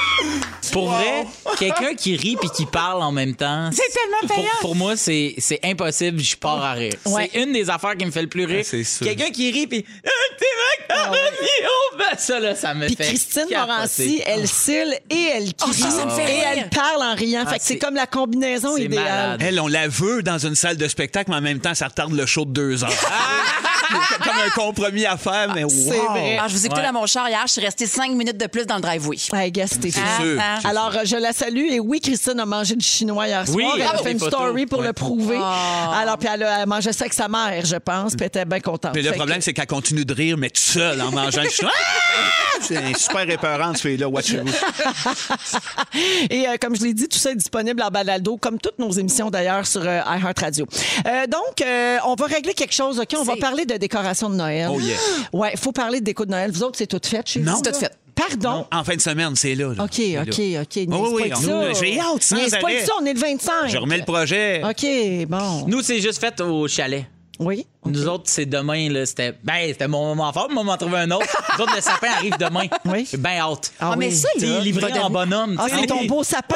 E: pour vrai, quelqu'un qui rit puis qui parle en même temps. C'est tellement payant. Pour, pour moi, c'est c'est impossible, je pars à rire.
C: Ouais.
E: C'est une des affaires qui me fait le plus rire.
B: c'est sûr.
E: quelqu'un qui rit puis. Ah, t'es mec, ah, oh, ben ça, là, ça me
C: Puis
E: fait.
C: Christine
E: capoter. Oh.
C: Morancy, elle cille et elle crie.
D: Oh, ça, ça me fait
C: et
D: rire.
C: elle parle en riant. fait que
E: Ah, c'est-
C: c'est comme la combinaison
E: c'est
C: idéale.
E: malade.
B: Elle, on la veut dans une salle de spectacle, mais en même temps, ça retarde le show de deux heures. C'est comme un compromis à faire, mais wow.
C: C'est vrai.
D: Ah, je vous écoutais dans mon char hier, je suis restée cinq minutes de plus dans le driveway.
C: Hey, guess, Stéphie.
D: Ah,
B: sûr.
D: ah.
C: Alors, euh, je la salue. Et oui, Christine a mangé du chinois hier
E: Oui,
C: soir. Elle a
E: bravo.
C: fait une
E: Des photos.
C: story pour
E: Ouais.
C: le prouver.
D: Ah.
C: Alors, puis elle, a- elle mangeait ça avec sa mère, je pense. Puis elle était bien contente.
B: Puis
C: Fait
B: le
C: que-
B: problème, c'est qu'elle continue de rire, mais toute seule, en mangeant le chinois. Ah! C'est un super épeurant, celui-là. Watchez-vous.
C: Et euh, comme je l'ai dit, tout ça est disponible en balado, comme toutes nos émissions d'ailleurs sur euh, iHeartRadio. Euh, donc, euh, on va régler quelque chose, OK? On va
D: C'est-
C: parler de décoration de Noël.
B: Oh, yeah.
C: Ouais, il faut parler de déco de Noël. Vous autres, c'est tout fait chez
B: Non.
C: vous,
D: C'est tout
C: là?
D: fait.
C: Pardon?
B: En fin de semaine, c'est là. là.
C: OK,
B: C'est là.
C: OK, OK. Niaise
B: oui,
C: pas avec
B: on-
C: ça.
B: j'ai hâte, sans
C: Niaise pas avec
B: arrêt.
C: ça, on est le 25.
B: Je remets le projet.
C: OK, bon.
E: Nous, c'est juste fait au chalet.
C: Oui,
E: Nous autres, c'est demain, là, c'était ben, c'était mon moment fort, mais on m'en trouver un autre. Nous autres, le sapin arrive demain.
C: Oui.
E: Ben hâte.
C: Ah
D: Ah, mais
C: oui.
D: ça,
E: T'es
D: là,
E: livré
D: il va
E: en
D: devenir-
E: bonhomme.
C: Ah,
E: tu sais.
C: c'est ton beau sapin!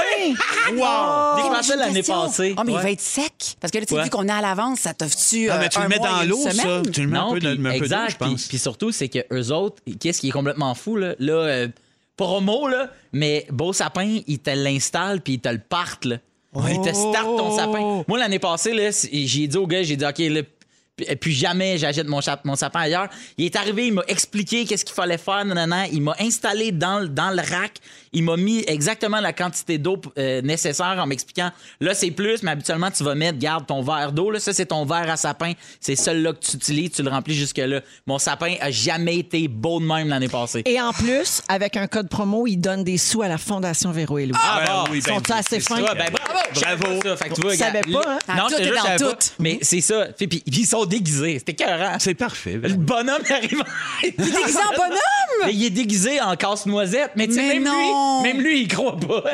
E: Wow!
D: J'ai
E: Déclenché
D: une
E: l'année
D: question.
E: passée.
D: Ah, mais il
E: Ouais.
D: va être sec. Parce que là, tu
E: Ouais.
D: dis qu'on est à l'avance, ça t'offre-tu. euh,
B: Ah, mais tu le mets dans l'eau, ça. Tu le mets un
E: Non,
B: peu de-
E: puis-
B: un peu d'eau,
E: exact.
B: je
E: Puis,
B: pense.
E: puis surtout, c'est que eux autres, qu'est-ce qui est complètement fou, là, là euh, promo, là, mais Beau Sapin, ils te l'installent puis ils te le partent, là. Ils te
B: Oh!
E: startent ton sapin. Moi, l'année passée, là, c'est- j'ai dit au gars, j'ai dit, OK, là, p- plus jamais j'achète mon, chap- mon sapin ailleurs. Il est arrivé, il m'a expliqué qu'est-ce qu'il fallait faire, nanana. Il m'a installé dans, le- dans le rack. Il m'a mis exactement la quantité d'eau euh, nécessaire en m'expliquant, là, c'est plus, mais habituellement, tu vas mettre, garde ton verre d'eau. Là, ça, c'est ton verre à sapin. C'est celui-là que tu utilises, tu le remplis jusque-là. Mon sapin a jamais été beau de même l'année passée.
C: Et en plus, avec un code promo, il donne des sous à la Fondation Véro et Louis.
E: Ah,
B: Ah,
E: bon,
B: oui, ben,
C: sont-ils assez
B: c'est ça,
C: fins?
B: ben, bravo! Bravo!
E: Ça, fait que tu vois,
C: Tu savais
E: regarde,
C: pas, hein?
E: le-
D: Ah,
E: Non,
D: tout
E: je te
D: est
E: jure, je
D: dans
E: savais
D: tout.
E: pas. Mais c'est ça. Puis, puis ils sont déguisés. C'était écœurant.
B: C'est parfait. ben
E: Le
B: oui.
E: bonhomme il arrive. Il est
D: déguisé en bonhomme?
E: Mais il est déguisé en casse-noisette. Mais tu sais,
D: Mais
E: même
D: non.
E: lui, même lui, il croit pas.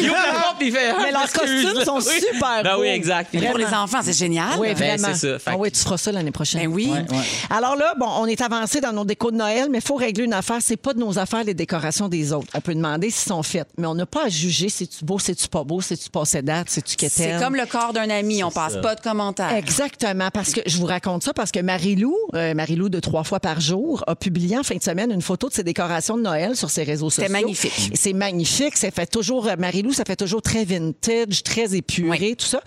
E: Il ouvre la porte puis il fait. ah,
C: Mais leurs
E: excuse.
C: costumes sont
E: Oui.
C: super
E: Ben
C: beaux.
E: oui, exact.
D: Pour les
C: Vraiment.
D: enfants, c'est génial.
C: Oui,
E: Ben,
C: vraiment.
E: c'est ça. Fait
C: Ah
E: que-
C: oui, tu feras ça l'année prochaine.
D: Ben oui.
E: Ouais, ouais.
C: Alors là, bon, on est avancé dans nos décos de Noël, mais il faut régler une affaire. C'est pas de nos affaires les décorations des autres. On peut demander si sont faites, mais on n'a pas à juger si tu beau, si tu pas beau, si tu passais date, si tu quétais.
D: C'est comme le corps d'un ami, on passe pas de commentaires.
C: Exactement, parce que je vous raconte ça parce que Marie-Lou, euh, Marie-Lou de trois fois par jour, a publié en fin de semaine une photo de ses décorations de Noël sur ses réseaux sociaux.
D: C'était magnifique.
C: Et c'est magnifique, ça fait toujours euh, Marie-Lou, ça fait toujours très vintage, très épuré,
D: Oui.
C: tout ça.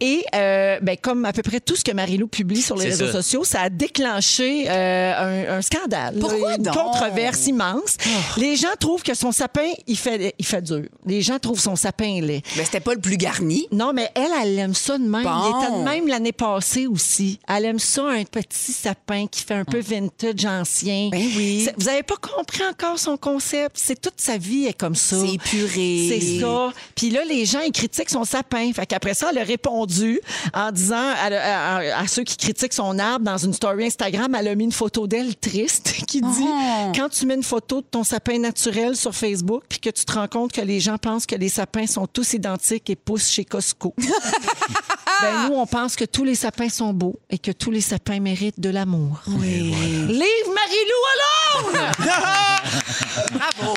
C: Et euh, ben, comme à peu près tout ce que Marie-Lou publie sur les
E: C'est
C: réseaux
E: ça.
C: sociaux, ça a déclenché euh, un, un scandale,
D: Pourquoi
C: une
D: donc? Oh.
C: controverse immense. Les gens trouvent que son sapin, il fait, il fait dur. Les gens trouvent son sapin laid.
D: Mais c'était pas le plus garni.
C: Non, mais elle, elle aime ça de même.
D: Bon.
C: Il était de même l'année passée aussi. Elle aime ça, un petit sapin qui fait un peu vintage ancien.
D: Mm. Ben oui.
C: C'est- Vous avez pas compris encore son concept. C'est toute sa vie est comme ça.
D: C'est épuré.
C: C'est ça. Puis là, les gens, ils critiquent son sapin. Fait qu'après ça, elle a répondu en disant à, le- à- à- à ceux qui critiquent son arbre dans une story Instagram, elle a mis une photo d'elle triste qui dit
D: Oh.
C: Quand tu mets une photo de ton sapin naturel sur Facebook, puis que tu te rends compte que les gens pensent que les sapins sont tous identiques et poussent chez Costco. Ben, nous, on pense que tous les sapins sont beaux et que tous les sapins méritent de l'amour. Oui. Livre Marie-Lou alone!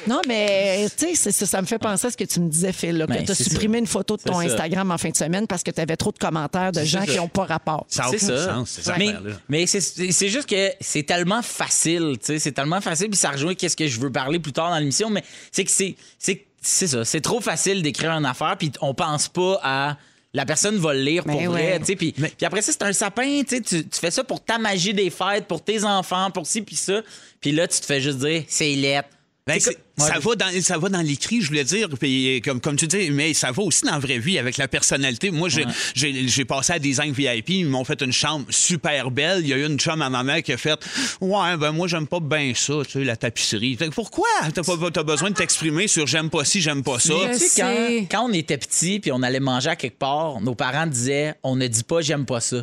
C: Non, mais tu sais, c'est ça, ça me fait penser à ce que tu me disais, Phil, là, que
E: Ben,
C: tu as
E: c'est
C: supprimé
E: ça.
C: une photo de ton
E: C'est ça.
C: Instagram en fin de semaine parce que tu avais trop de commentaires de gens
E: ça.
C: qui n'ont pas rapport.
B: Ça n'a
E: C'est
B: aucun
E: ça.
B: sens, ces
E: mais
B: affaires-là.
E: mais c'est- c'est c'est juste que c'est tellement facile, tu sais, c'est tellement facile, puis ça rejoint qu'est-ce que je veux parler plus tard dans l'émission, mais c'est que c'est c'est c'est ça, c'est trop facile d'écrire une affaire, puis on pense pas à la personne va le lire pour
D: Ben ouais.
E: vrai, tu sais, puis puis après ça c'est un sapin, tu sais, tu tu fais ça pour ta magie des fêtes, pour tes enfants, pour ci puis ça, puis là tu te fais juste dire c'est lettre.
B: Ben, c'est- ça, va dans, ça va dans l'écrit, je voulais dire, puis euh, comme, comme tu dis, mais ça va aussi dans la vraie vie avec la personnalité. Moi, j'ai j'ai- j'ai passé à Design VIP, ils m'ont fait une chambre super belle. Il y a eu une chambre à ma mère qui a fait Ouais, ben moi, j'aime pas bien ça, tu sais, la tapisserie. Fait que pourquoi t'as pas t'as besoin de t'exprimer sur j'aime pas ci, j'aime pas ça?
E: Mais tu sais, quand,
D: sais.
E: quand on était petit puis on allait manger à quelque part, nos parents disaient on ne dit pas j'aime pas ça.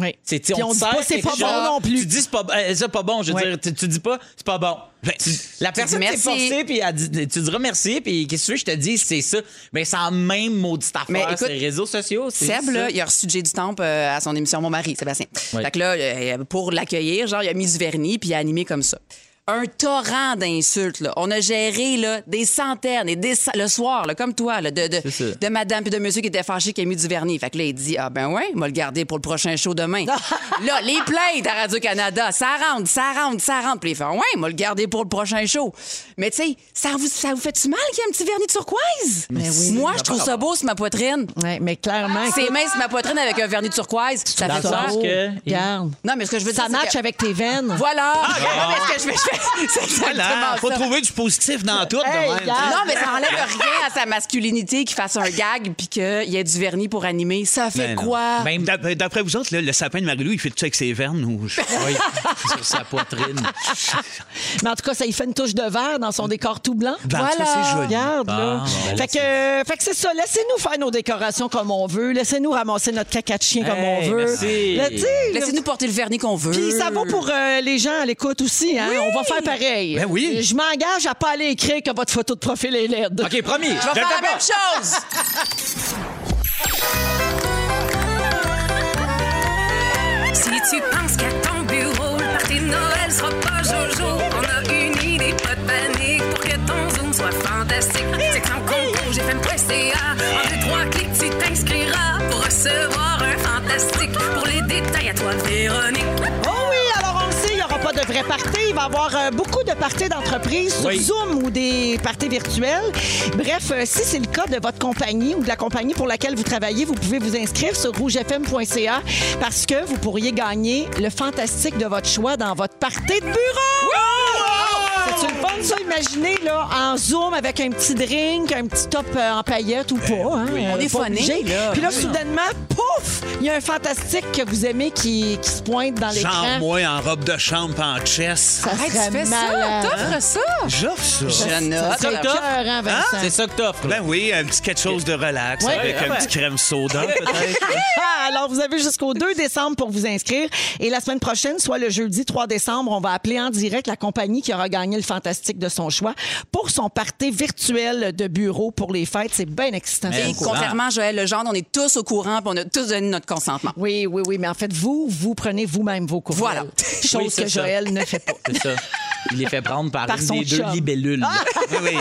C: Oui.
E: C'est, tu sais,
C: Puis
E: on
C: on
E: te
C: dit
E: sert
C: pas c'est
E: quelque
C: pas
E: chose.
C: bon non plus.
E: Tu dis c'est pas, euh, ça, pas bon. Je veux
C: Ouais.
E: dire, tu, tu dis pas c'est pas bon.
B: Ben,
E: Tu- la personne
D: dis
E: s'est
D: merci.
E: forcée, puis elle dit- tu diras merci, puis qu'est-ce que tu veux que je te dis, c'est ça. Mais c'est en même maudite affaire,
D: Mais écoute,
E: c'est les réseaux sociaux. c'est
D: Seb,
E: juste
D: là,
E: ça.
D: il a reçu Jay du Temple euh, à son émission Mon mari, Sébastien.
E: Ouais.
D: Fait que là, euh, pour l'accueillir, genre, il a mis du vernis puis il a animé comme ça. Un torrent d'insultes. là. On a géré là, des centaines et des cent- le soir, là, comme toi, là, de,
E: C'est ça.
D: de, de madame puis de monsieur qui était fâché qui a mis du vernis. Fait que là, il dit Ah ben ouais, on va le garder pour le prochain show demain. là, les plaintes à Radio-Canada, ça rentre, ça rentre, ça rentre. Puis il fait Ouais, on va le garder pour le prochain show. Mais tu sais, ça vous, ça vous fait-tu mal qu'il y ait un petit vernis turquoise?
C: oui.
D: Moi, je trouve ça beau sur ma poitrine.
C: Ouais, mais clairement,
D: C'est mince ma poitrine avec un vernis turquoise. Ça
E: Dans
D: fait
E: le
D: peur.
E: sens que-
C: Regarde.
D: Non, mais ce que je veux dire,
C: Ça
D: c'est
C: match
D: que-
C: avec tes veines.
D: Voilà. Non, mais ce que je fais, je fais- c'est exactement
B: Voilà, faut
D: ça.
B: trouver du positif dans tout. de
C: Hey,
B: même.
C: gars.
D: Non, mais ça enlève rien à sa masculinité qu'il fasse un gag puis qu'il y ait du vernis pour animer. Ça fait
B: Ben non.
D: quoi?
E: Même
B: D'ap- D'après vous autres, là, le sapin de Marie-Lou, il fait tout ça avec ses vernes ou je-
E: oui, sur sa poitrine.
C: Mais en tout cas, ça y fait une touche de vert dans son décor tout blanc.
B: Ben, en tout cas,
D: Voilà.
B: c'est joli.
C: Regarde, là.
E: Ah, ben là,
C: fait, que, euh, fait que c'est ça. Laissez-nous faire nos décorations comme on veut. Laissez-nous ramasser notre caca de chien comme on
E: Hey,
C: veut.
E: merci.
C: Là, tu sais,
D: Laissez-nous porter le vernis qu'on veut.
C: Puis ça vaut pour euh, les gens à l'écoute aussi. Hein? On va faire pareil.
B: Ben oui.
C: Je m'engage à pas aller écrire que votre photo de profil est laide.
E: OK, promis.
D: Je vais
E: le
D: faire
E: fais
D: la
E: pas.
D: même chose!
K: Si tu penses qu'à ton bureau, le party de Noël sera pas jojo, on a une idée, pas de panique, pour que ton Zoom soit fantastique. C'est que ton concours, j'ai fait un En deux, trois clics, tu t'inscriras pour recevoir un fantastique. Pour les détails, à toi, Véronique.
C: Oh oui, alors on le sait, il n'y aura pas de vrai party. Il va y avoir euh, beaucoup de parties d'entreprise sur
E: Oui.
C: Zoom ou des parties virtuelles. Bref, euh, si c'est le cas de votre compagnie ou de la compagnie pour laquelle vous travaillez, vous pouvez vous inscrire sur rougefm.ca parce que vous pourriez gagner le fantastique de votre choix dans votre party de bureau. C'est une bonne ça, imaginez, là, en Zoom avec un petit drink, un petit top euh, en paillettes ou pas. hein, euh,
D: On est
C: pas
D: phoné,
C: obligé.
D: là.
C: Puis là,
D: Oui, non.
C: soudainement, pouf! Il y a un fantastique que vous aimez qui, qui se pointe dans
B: Genre,
C: l'écran.
B: moi, en robe de chambre, pas en chess.
C: Ça
D: Hey, tu
C: serait
D: fais ça?
C: malade.
D: T'offres ça?
B: J'offre ça.
D: Je
C: Ça
D: note.
C: serait écœurant, Vincent.
E: Hein? C'est ça que t'offres. là.
B: Ben oui, un petit quelque chose de relax
C: Ouais.
B: avec un petit crème soda, peut-être.
C: Ah, alors, vous avez jusqu'au 2 décembre pour vous inscrire. Et la semaine prochaine, soit le jeudi 3 décembre, on va appeler en direct la compagnie qui aura gagné le fantastique de son choix pour son party virtuel de bureau pour les fêtes. C'est bien excitant.
D: Et
C: ça.
D: contrairement à Joël Legendre, on est tous au courant puis on a tous donné notre consentement.
C: Oui, oui, oui. Mais en fait, vous, vous prenez vous-même vos courriels.
D: Voilà.
C: Chose
E: Oui, c'est
C: que
E: ça.
C: Joël ne fait pas.
E: C'est ça. Il est fait prendre par,
C: Par
E: une
C: son
E: des deux
C: chum.
E: libellules.
B: Oui, oui.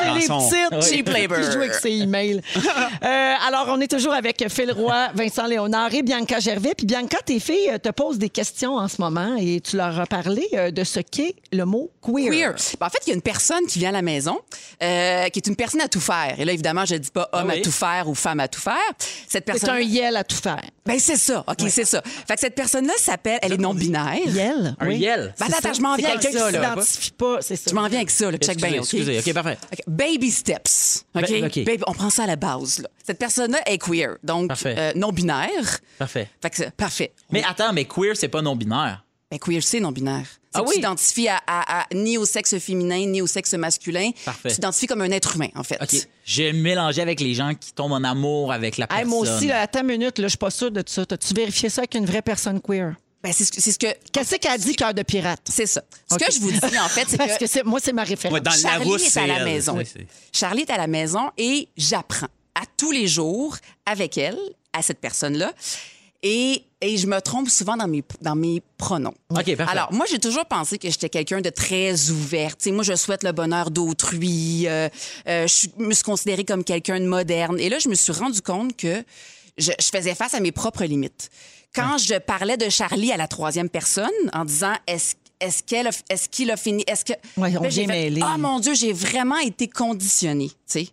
C: C'est les
B: Chanson.
C: petites.
D: Cheap labor.
C: Qui jouent avec ses emails. Euh, alors, on est toujours avec Phil Roy, Vincent Léonard et Bianca Gervais. Puis, Bianca, tes filles euh, te posent des questions en ce moment et tu leur as parlé euh, de ce qu'est le mot queer.
D: Queer. Ben, en fait, il y a une personne qui vient à la maison, euh, qui est une personne à tout faire. Et là, évidemment, je ne dis pas homme
E: Ah oui.
D: à tout faire ou femme à tout faire. Cette
C: C'est
D: personne.
C: un yel à tout faire.
D: Ben, c'est ça. OK, c'est ça. Fait que cette personne-là s'appelle. Elle est non-binaire.
C: Yel?
E: Un
C: oui.
E: yel.
D: Ben, attends,
C: C'est ça.
D: je m'en viens
C: C'est
D: avec
C: quelqu'un
D: ça,
C: qui
D: là.
C: s'identifie pas, c'est ça.
D: Je m'en viens avec ça, là. Check
E: Excusez,
D: bien, OK?
E: excusez. OK, parfait.
D: OK, Baby steps. OK?
E: Ba- OK.
D: Baby- on prend ça à la base, là. Cette personne-là est queer. Donc,
E: Parfait.
D: euh, non-binaire.
E: Parfait.
D: Fait que c'est parfait.
E: Mais attends, mais queer, c'est pas non-binaire.
D: Ben, queer, c'est non-binaire.
E: Ah
D: Ah Tu
E: oui?
D: t'identifies à, à- à- ni au sexe féminin, ni au sexe masculin.
E: Parfait.
D: Tu t'identifies comme un être humain, en fait.
E: OK. J'ai mélangé avec les gens qui tombent en amour avec la
C: Hey,
E: personne.
C: moi aussi, là, attends une minute, là, je suis pas sûre de ça. T'as-tu vérifié ça avec une vraie personne queer?
D: Ben, c'est ce que- c'est ce que
C: Qu'est-ce qu'elle dit, cœur de pirate?
D: C'est ça. Ce
C: OK.
D: que je vous dis, en fait, c'est
C: Parce que,
D: que,
C: c'est- moi, c'est ma référence.
B: Ouais, dans le
D: Charlie
B: Larousse,
D: est
B: c'est
D: à la
B: elle.
D: maison.
B: Oui, c'est-
D: Charlie est à la maison et j'apprends à tous les jours avec elle, à cette personne-là. Et, et je me trompe souvent dans mes, dans mes pronoms.
E: OK, parfait.
D: Alors, moi, j'ai toujours pensé que j'étais quelqu'un de très ouvert. Tu sais, moi, je souhaite le bonheur d'autrui. euh, euh, je suis- me suis considérée comme quelqu'un de moderne. Et là, je me suis rendu compte que je, je faisais face à mes propres limites. Quand je parlais de Charlie à la troisième personne en disant est-ce est-ce qu'elle a- est-ce qu'il a fini est-ce que
C: Ouais, on
D: Là, j'ai
C: vient
D: fait,
C: mêler.
D: Ah mon dieu, j'ai vraiment été conditionnée, tu sais.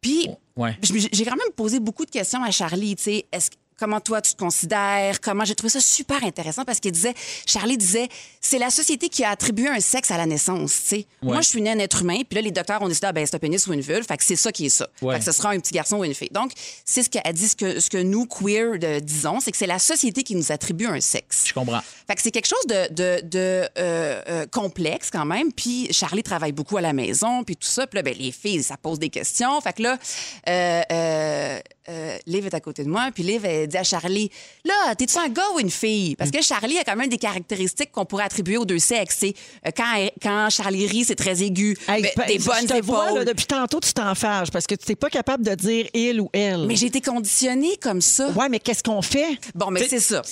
D: Puis
E: Oh, Ouais.
D: j'ai j'ai quand même posé beaucoup de questions à Charlie, tu sais, est-ce comment toi tu te considères, comment j'ai trouvé ça super intéressant parce qu'il disait Charlie disait c'est la société qui a attribué un sexe à la naissance, tu sais. Moi je suis né un être humain, puis là les docteurs ont décidé ah, ben c'est un pénis ou une vulve, fait que c'est ça qui est ça.
E: Ouais.
D: Fait que ce sera un petit garçon ou une fille. Donc c'est ce qu'elle dit ce que ce que nous queer de- disons, c'est que c'est la société qui nous attribue un sexe.
E: Je comprends.
D: Fait que c'est quelque chose de, de- de, euh, euh, complexe quand même. Puis Charlie travaille beaucoup à la maison, puis tout ça. Puis là, ben, les filles, ça pose des questions. Fait que là, euh, euh, euh, Liv est à côté de moi, puis Liv, elle dit à Charlie, « Là, t'es-tu un gars ou une fille? »
C: Mm.
D: Parce que Charlie a quand même des caractéristiques qu'on pourrait attribuer aux deux sexes. C'est euh, quand, elle- quand Charlie rit, c'est très aigu.
C: Hey,
D: mais
C: pa-
D: des
C: je
D: bonnes
C: te vois,
D: épaules.
C: là, depuis tantôt, tu t'enfarges parce que tu n'es pas capable de dire il ou elle.
D: Mais j'ai été conditionnée comme ça.
C: Ouais, mais qu'est-ce qu'on fait?
D: Bon, mais c'est ça.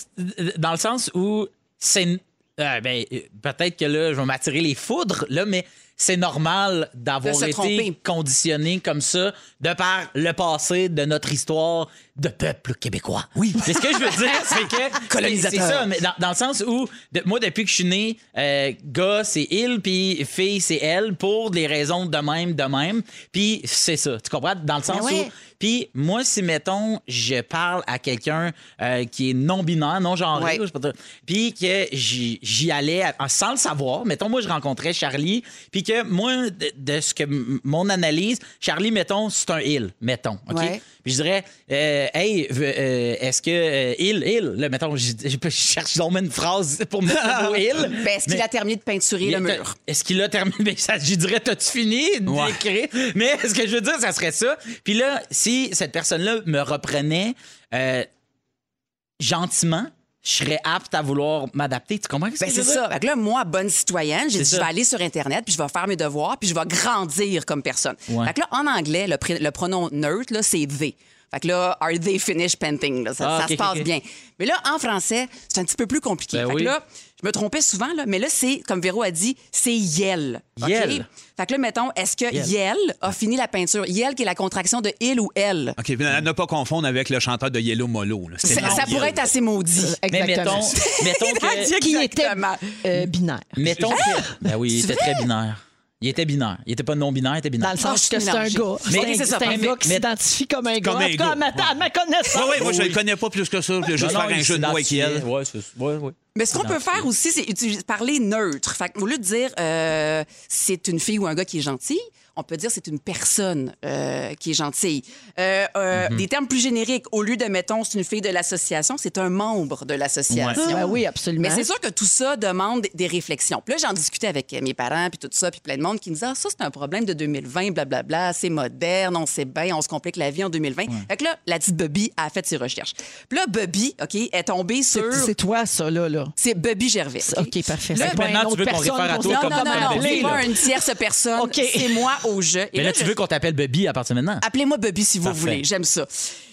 E: Dans le sens où c'est. euh, ben, euh, peut-être que là, je vais m'attirer les foudres, là, mais c'est normal d'avoir
D: De se
E: été
D: tromper.
E: conditionné comme ça de par le passé de notre histoire de peuple québécois. Oui. Mais ce que je veux dire, c'est que.
D: Colonisateur.
E: C'est ça, mais dans, dans le sens où, de- moi, depuis que je suis né, euh, gars, c'est il, puis fille, c'est elle, pour des raisons de même, de même. Puis c'est ça. Tu comprends? Dans le sens
D: Mais Ben ouais.
E: où. Puis moi, si, mettons, je parle à quelqu'un euh, qui est non-binaire, non-genré,
D: Ouais.
E: ou je sais pas trop, puis que j'y j'y allais à- sans le savoir, mettons, moi, je rencontrais Charlie, puis que moi, de, de ce que m- mon analyse, Charlie, mettons, c'est un il, mettons, OK?
D: Ouais.
E: Puis je dirais, euh, hey, v- euh, est-ce que euh, il, il, là, mettons, je, je- je cherche donc même une phrase pour me dire il.
D: Ben, est-ce qu'il
E: Mais-
D: a terminé de peinturer le
E: mais
D: mur?
E: t'as- Est-ce qu'il a terminé? Ça, je dirais, t'as-tu fini d'écrire? Mais ce que je veux dire, ça serait ça. Puis là, si cette personne-là me reprenait euh, gentiment, je serais apte à vouloir m'adapter. Tu comprends? ce que
D: Ben,
E: je
D: c'est
E: veux dire?
D: ça. Fait que là, moi, bonne citoyenne, j'ai dit,
E: ça.
D: je vais aller sur Internet, puis je vais faire mes devoirs, puis je vais grandir comme personne.
E: Ouais.
D: Fait que là, en anglais, le, pré- le pronom neutre, là, c'est they. Fait que là, are they finished painting? Là, ça
E: Ah,
D: ça
E: ok,
D: se
E: ok,
D: passe
E: ok.
D: bien. Mais là, en français, c'est un petit peu plus compliqué.
E: Ben
D: fait
E: oui.
D: que là, je me trompais souvent, là, mais là, c'est, comme Véro a dit, c'est Yel. OK?
B: Yel.
D: Fait que là, mettons, est-ce que
B: Yel.
D: Yel, a fini la peinture? Yel, qui est la contraction de il ou elle.
B: OK, puis à ne pas confondre avec le chanteur de Yellow Molo. là. C'était
D: Ça,
B: non,
D: ça
B: Yellow.
D: pourrait être assez maudit.
E: Mais mettons, mettons
D: Ah,
E: que.
C: Qui était euh, binaire.
E: Mettons que. Ben oui, il
C: C'est
E: était très binaire. Il était binaire. Il était pas non binaire, il était binaire.
C: Dans le sens
D: Ah,
C: que
D: je suis
C: c'est un
D: mélangée.
C: gars.
E: Mais-
C: C'est un-
E: c'est ça.
C: c'est un
E: Mais-
C: gars qui
E: mais-
C: s'identifie comme un gars.
B: Comme
C: En
B: un
C: tout cas, à
B: gars.
C: ma, à ma
B: Ouais,
C: connaissance.
B: ouais, moi, je le connais pas plus que ça. Je vais juste
E: Non,
B: faire
E: non,
B: un
E: il
B: jeu de mots avec
E: s'identifiait.
B: Yel.
E: Ouais, c'est- ouais, ouais.
D: Mais ce qu'on
E: Non,
D: peut
E: c'est-
D: faire aussi, c'est utiliser- parler neutre. Fait que, au lieu de dire euh, c'est une fille ou un gars qui est gentil, on peut dire c'est une personne euh, qui est gentille. Euh,
C: Mm-hmm.
D: euh, Des termes plus génériques. Au lieu de, mettons, c'est une fille de l'association, c'est un membre de l'association.
C: Ben oui, absolument.
D: Mais c'est sûr que tout ça demande des réflexions. Puis là, j'en discutais avec euh, mes parents, puis tout ça, puis plein de monde qui me disait ah, ça, c'est un problème de 2020, blablabla, c'est moderne, on sait bien, on se complique la vie en 2020. Fait que là, la petite Bobby a fait ses recherches. Puis là, Bobby, OK, est tombée sur.
C: C'est- C'est toi, ça, là. là.
D: C'est Bobby Gervais. OK?
C: OK, parfait.
D: Là,
C: C'est pas
E: maintenant,
C: une
E: tu veux
C: autre
E: qu'on
C: personne
E: réfère à
C: qu'on
E: toi
C: se
D: Non,
E: comme
D: non,
C: fait
D: non, non,
E: Bobby,
D: c'est
C: appeler,
D: pas
C: là.
D: une tierce personne.
C: OK.
D: C'est moi au jeu. Et
E: Mais là, tu
D: je- Ah.
E: veux qu'on t'appelle Bobby à partir de maintenant?
D: Appelez-moi Bobby si vous
E: Hein? Parfait.
D: voulez, j'aime ça.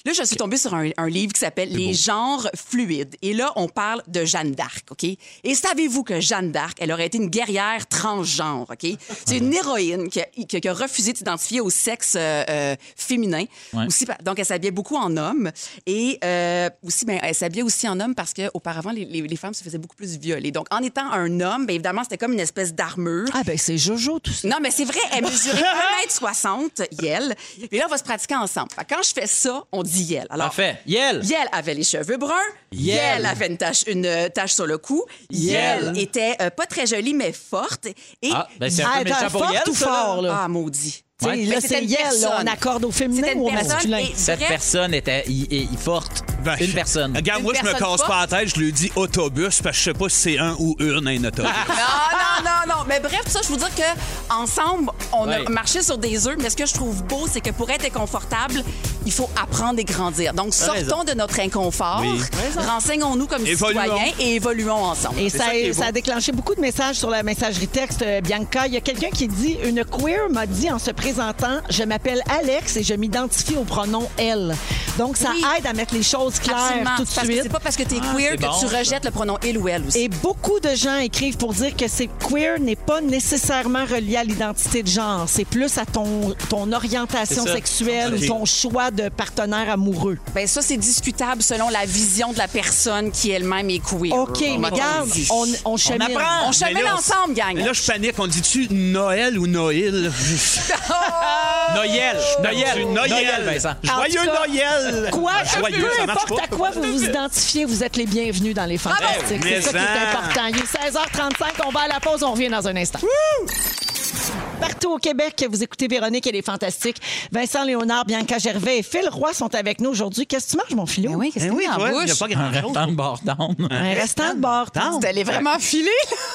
D: Là, je suis tombée sur un, un livre qui s'appelle Les genres fluides. Et là, on parle de Jeanne d'Arc, OK? Et savez-vous que Jeanne d'Arc, elle aurait été une guerrière transgenre, OK? C'est une héroïne qui a, qui a- qui a refusé de s'identifier au sexe euh, euh, féminin.
E: Ouais.
D: Aussi, pa- donc, elle s'habillait beaucoup en homme. Et euh, aussi, ben, elle s'habillait aussi en homme parce qu'auparavant, les, les- les femmes se faisaient beaucoup plus violer. Donc, en étant un homme, ben, évidemment, c'était comme une espèce d'armure.
C: Ah, ben c'est Jojo, tout ça.
D: Non, mais c'est vrai, elle mesurait 1m60, Yel. Et là, on va se pratiquer ensemble. Fait que quand je fais ça, on dit Yel. Alors,
E: Parfait. Yel!
D: Yel avait les cheveux bruns.
E: Yel.
D: Yel, avait une tache, une euh, tache sur le cou.
E: Yel.
D: Yel, était euh, pas très jolie, mais forte. Et
E: Ah, ben c'est un peu
C: Ah,
E: méchant
C: t'as
E: pour
C: fort
E: Yel,
C: ou
E: ça, là.
C: fort, là?
D: Ah, maudit.
C: Tu sais, Là,
E: Ouais.
D: Mais
C: c'est
D: c'était une
C: Yel, là, on
D: personne.
C: accorde au
D: C'était
C: féminin
D: une
C: ou au
D: personne
C: masculin?
D: et
E: Cette
D: bref,
E: personne était i- i- i- forte.
B: Ben,
E: Une personne.
B: Regarde,
D: Une
B: moi, je me
D: personne
B: casse pas la tête, je lui dis autobus, parce que je sais pas si c'est un ou une, un autobus.
D: Non, non, non, non. Mais bref, ça, je vous dire que ensemble, on
E: Ouais.
D: a marché sur des œufs. Mais ce que je trouve beau, c'est que pour être inconfortable, il faut apprendre et grandir. Donc, sortons de notre inconfort,
B: Oui.
D: renseignons-nous comme
B: Évoluons.
D: citoyens et évoluons ensemble.
C: Et ça,
B: ça qui est beau.
C: ça a déclenché beaucoup de messages sur la messagerie texte, euh, Bianca. Il y a quelqu'un qui dit Une queer m'a dit en se présentant Je m'appelle Alex et je m'identifie au pronom elle. Donc, ça
D: Oui.
C: aide à mettre les choses claires
D: Absolument.
C: tout de
D: Parce que
C: suite.
D: c'est pas parce que t'es queer
E: c'est
D: que
E: bon,
D: tu
E: ça.
D: rejettes le pronom il ou elle aussi.
C: Et beaucoup de gens écrivent pour dire que c'est queer n'est pas nécessairement relié à l'identité de genre. C'est plus à ton, ton orientation
E: C'est ça.
C: sexuelle
E: Ok.
C: ou ton choix de partenaire amoureux.
D: Ben ça, c'est discutable selon la vision de la personne qui elle-même est queer.
C: OK,
D: On va
C: mais regarde,
D: dire.
C: on, on chemine.
B: apprend.
D: On chemine
B: Mais là,
D: ensemble, gang.
B: Là, je panique. On dit-tu Noël ou Noël?
E: Noël! Noël!
B: Noël, Noël,
E: Vincent.
B: Joyeux
C: En tout cas,
B: Noël!
C: Quoi?
B: Joyeux,
C: peu
B: ça marche
C: importe
B: pas.
C: à quoi vous vous identifiez, vous êtes les bienvenus dans les Fantastiques.
B: Bravo!
C: C'est ça qui
B: Mais hein?
C: est
B: ça.
C: important. Il est 16h35, on va à la pause, on revient dans un instant. Partout au Québec, vous écoutez Véronique, elle est fantastique. Vincent Léonard, Bianca Gervais et Phil Roy sont avec nous aujourd'hui. Qu'est-ce que tu manges, mon filou?
D: Ben oui, qu'est-ce
B: Ben
D: que
B: oui,
D: t'as dans
B: toi,
D: la
B: il n'y a
D: bouche?
B: pas
E: Un
B: grand-chose.
E: rectangle bord down.
C: Un restant de bord.
D: Vous allez vraiment filer?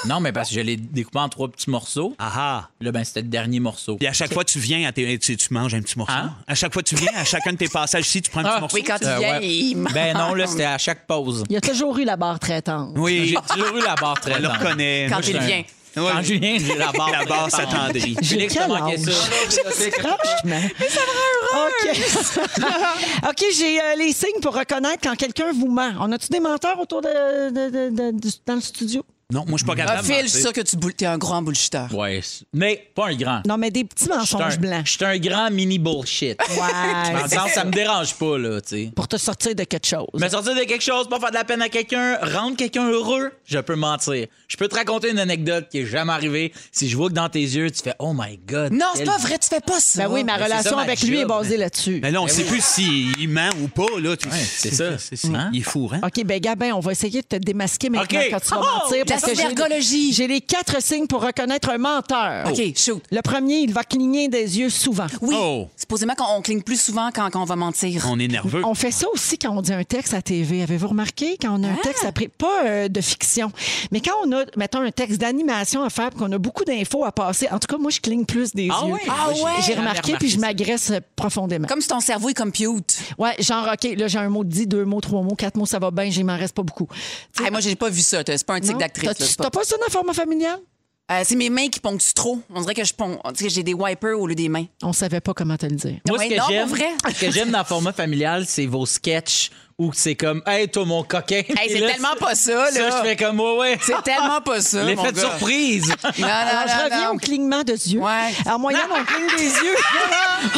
E: Non, mais parce que je l'ai découpé en trois petits morceaux.
B: Ah ah.
E: Là, ben, c'était le dernier morceau.
B: Puis à chaque fois que tu viens, à tes- tu, tu manges un petit morceau.
E: Hein?
B: À chaque fois que tu viens, à chacun de tes passages ici, tu prends un petit
E: Ah,
B: morceau.
D: Oui, quand
E: Euh,
D: il vient,
E: ouais.
D: il mange.
E: Ben non, là, c'était à chaque pause.
C: Il y a toujours eu la barre très tendre.
B: Oui,
E: J'ai toujours eu la barre très
B: on le
E: tendre.
B: reconnaît.
D: Quand
B: Moi, je-
D: il
E: j'étais un-
D: vient.
B: Ouais.
E: Quand Julien, j'ai la barre.
B: La barre
E: très tendre.
B: s'attendrit.
E: J'ai
C: J'ai quel
E: manqué
C: âge?
E: ça.
C: Franchement. OK. OK, j'ai euh, les signes pour reconnaître quand quelqu'un vous ment. On a-tu des menteurs autour de, de- de- de- du- dans le studio?
B: Non, moi, je suis pas
D: Ah,
B: capable.
D: Phil, je suis sûre que tu boules- t'es un grand bullshitter.
E: Ouais, c'est- mais pas un grand.
C: Non, mais des petits
E: J'étais
C: mensonges
E: un-
C: blancs.
E: J'étais un grand mini bullshit.
C: Ouais.
E: Dans le sens, ça me dérange pas, là, tu sais.
C: Pour te sortir de quelque chose.
E: Me sortir de quelque chose, pas faire de la peine à quelqu'un, rendre quelqu'un heureux, je peux mentir. Je peux te raconter une anecdote qui est jamais arrivée. Si je vois que dans tes yeux, tu fais Oh my God.
D: Non, c'est
E: quel-
D: pas vrai, tu fais pas ça.
C: Ben oui, ma
E: Mais c'est
C: relation
E: ça, ma
C: avec lui
E: job,
C: est basée
E: mais-
C: là-dessus.
B: Mais là, on
E: Ben
B: sait plus s'il ment ou pas. Là. Tu-
E: Ouais, c'est ça. Hein?
B: c'est- c'est- Il est hein. fourrant.
C: OK, ben Gabin, on va essayer de te démasquer maintenant
E: OK.
C: quand tu vas
E: Oh!
C: mentir.
D: La
C: parce que j'ai-
D: synergologie.
C: J'ai les quatre signes pour reconnaître un menteur.
D: OK, shoot.
C: Le premier, il va cligner des yeux souvent.
D: Oui,
B: Oh.
D: supposément qu'on on cligne plus souvent quand, quand on va mentir.
B: On est nerveux.
C: On fait ça aussi quand on dit un texte à TV. Avez-vous remarqué quand on a un
E: Ah.
C: texte à pré- pas euh, de fiction, mais quand on a mettons un texte d'animation à faire, puis qu'on a beaucoup d'infos à passer. En tout cas, moi je cligne plus des
E: Ah
C: yeux.
E: ouais?
D: Ah
E: Moi, j'ai-
D: ouais?
E: j'ai
C: J'ai remarqué puis je
E: ça.
C: m'agresse profondément.
D: Comme si ton cerveau est compute.
C: Ouais, genre ok, là j'ai un mot de dit, deux mots, trois mots, quatre mots, ça va bien, j'y m'en reste pas beaucoup. Tu sais,
D: Ah, moi, j'ai pas vu ça. t'as- C'est pas un tic
C: non?
D: d'actrice.
C: T'as-
D: là, c'est
C: T'as
D: pas-
C: pas ça dans la forme familiale?
D: Euh, c'est mes mains qui ponctuent trop. On dirait que je pon- on dirait que j'ai des wipers au lieu des mains.
C: On savait pas comment te le dire.
E: Moi,
D: Ouais,
E: ce que
D: non,
E: j'aime,
D: pour vrai.
E: ce que j'aime dans le format familial, c'est vos sketchs où c'est comme, hey, toi, mon coquin.
D: Hey,
E: Puis
D: c'est
E: là,
D: tellement pas ça,
E: Ça,
D: là.
E: je fais comme, ouais, ouais.
D: C'est tellement pas ça. mon
E: L'effet de
D: gars.
E: surprise.
D: Non, non,
C: Alors, je
D: non,
C: reviens
D: non.
C: au clignement de yeux.
D: Ouais.
C: En moyenne, on cligne des yeux.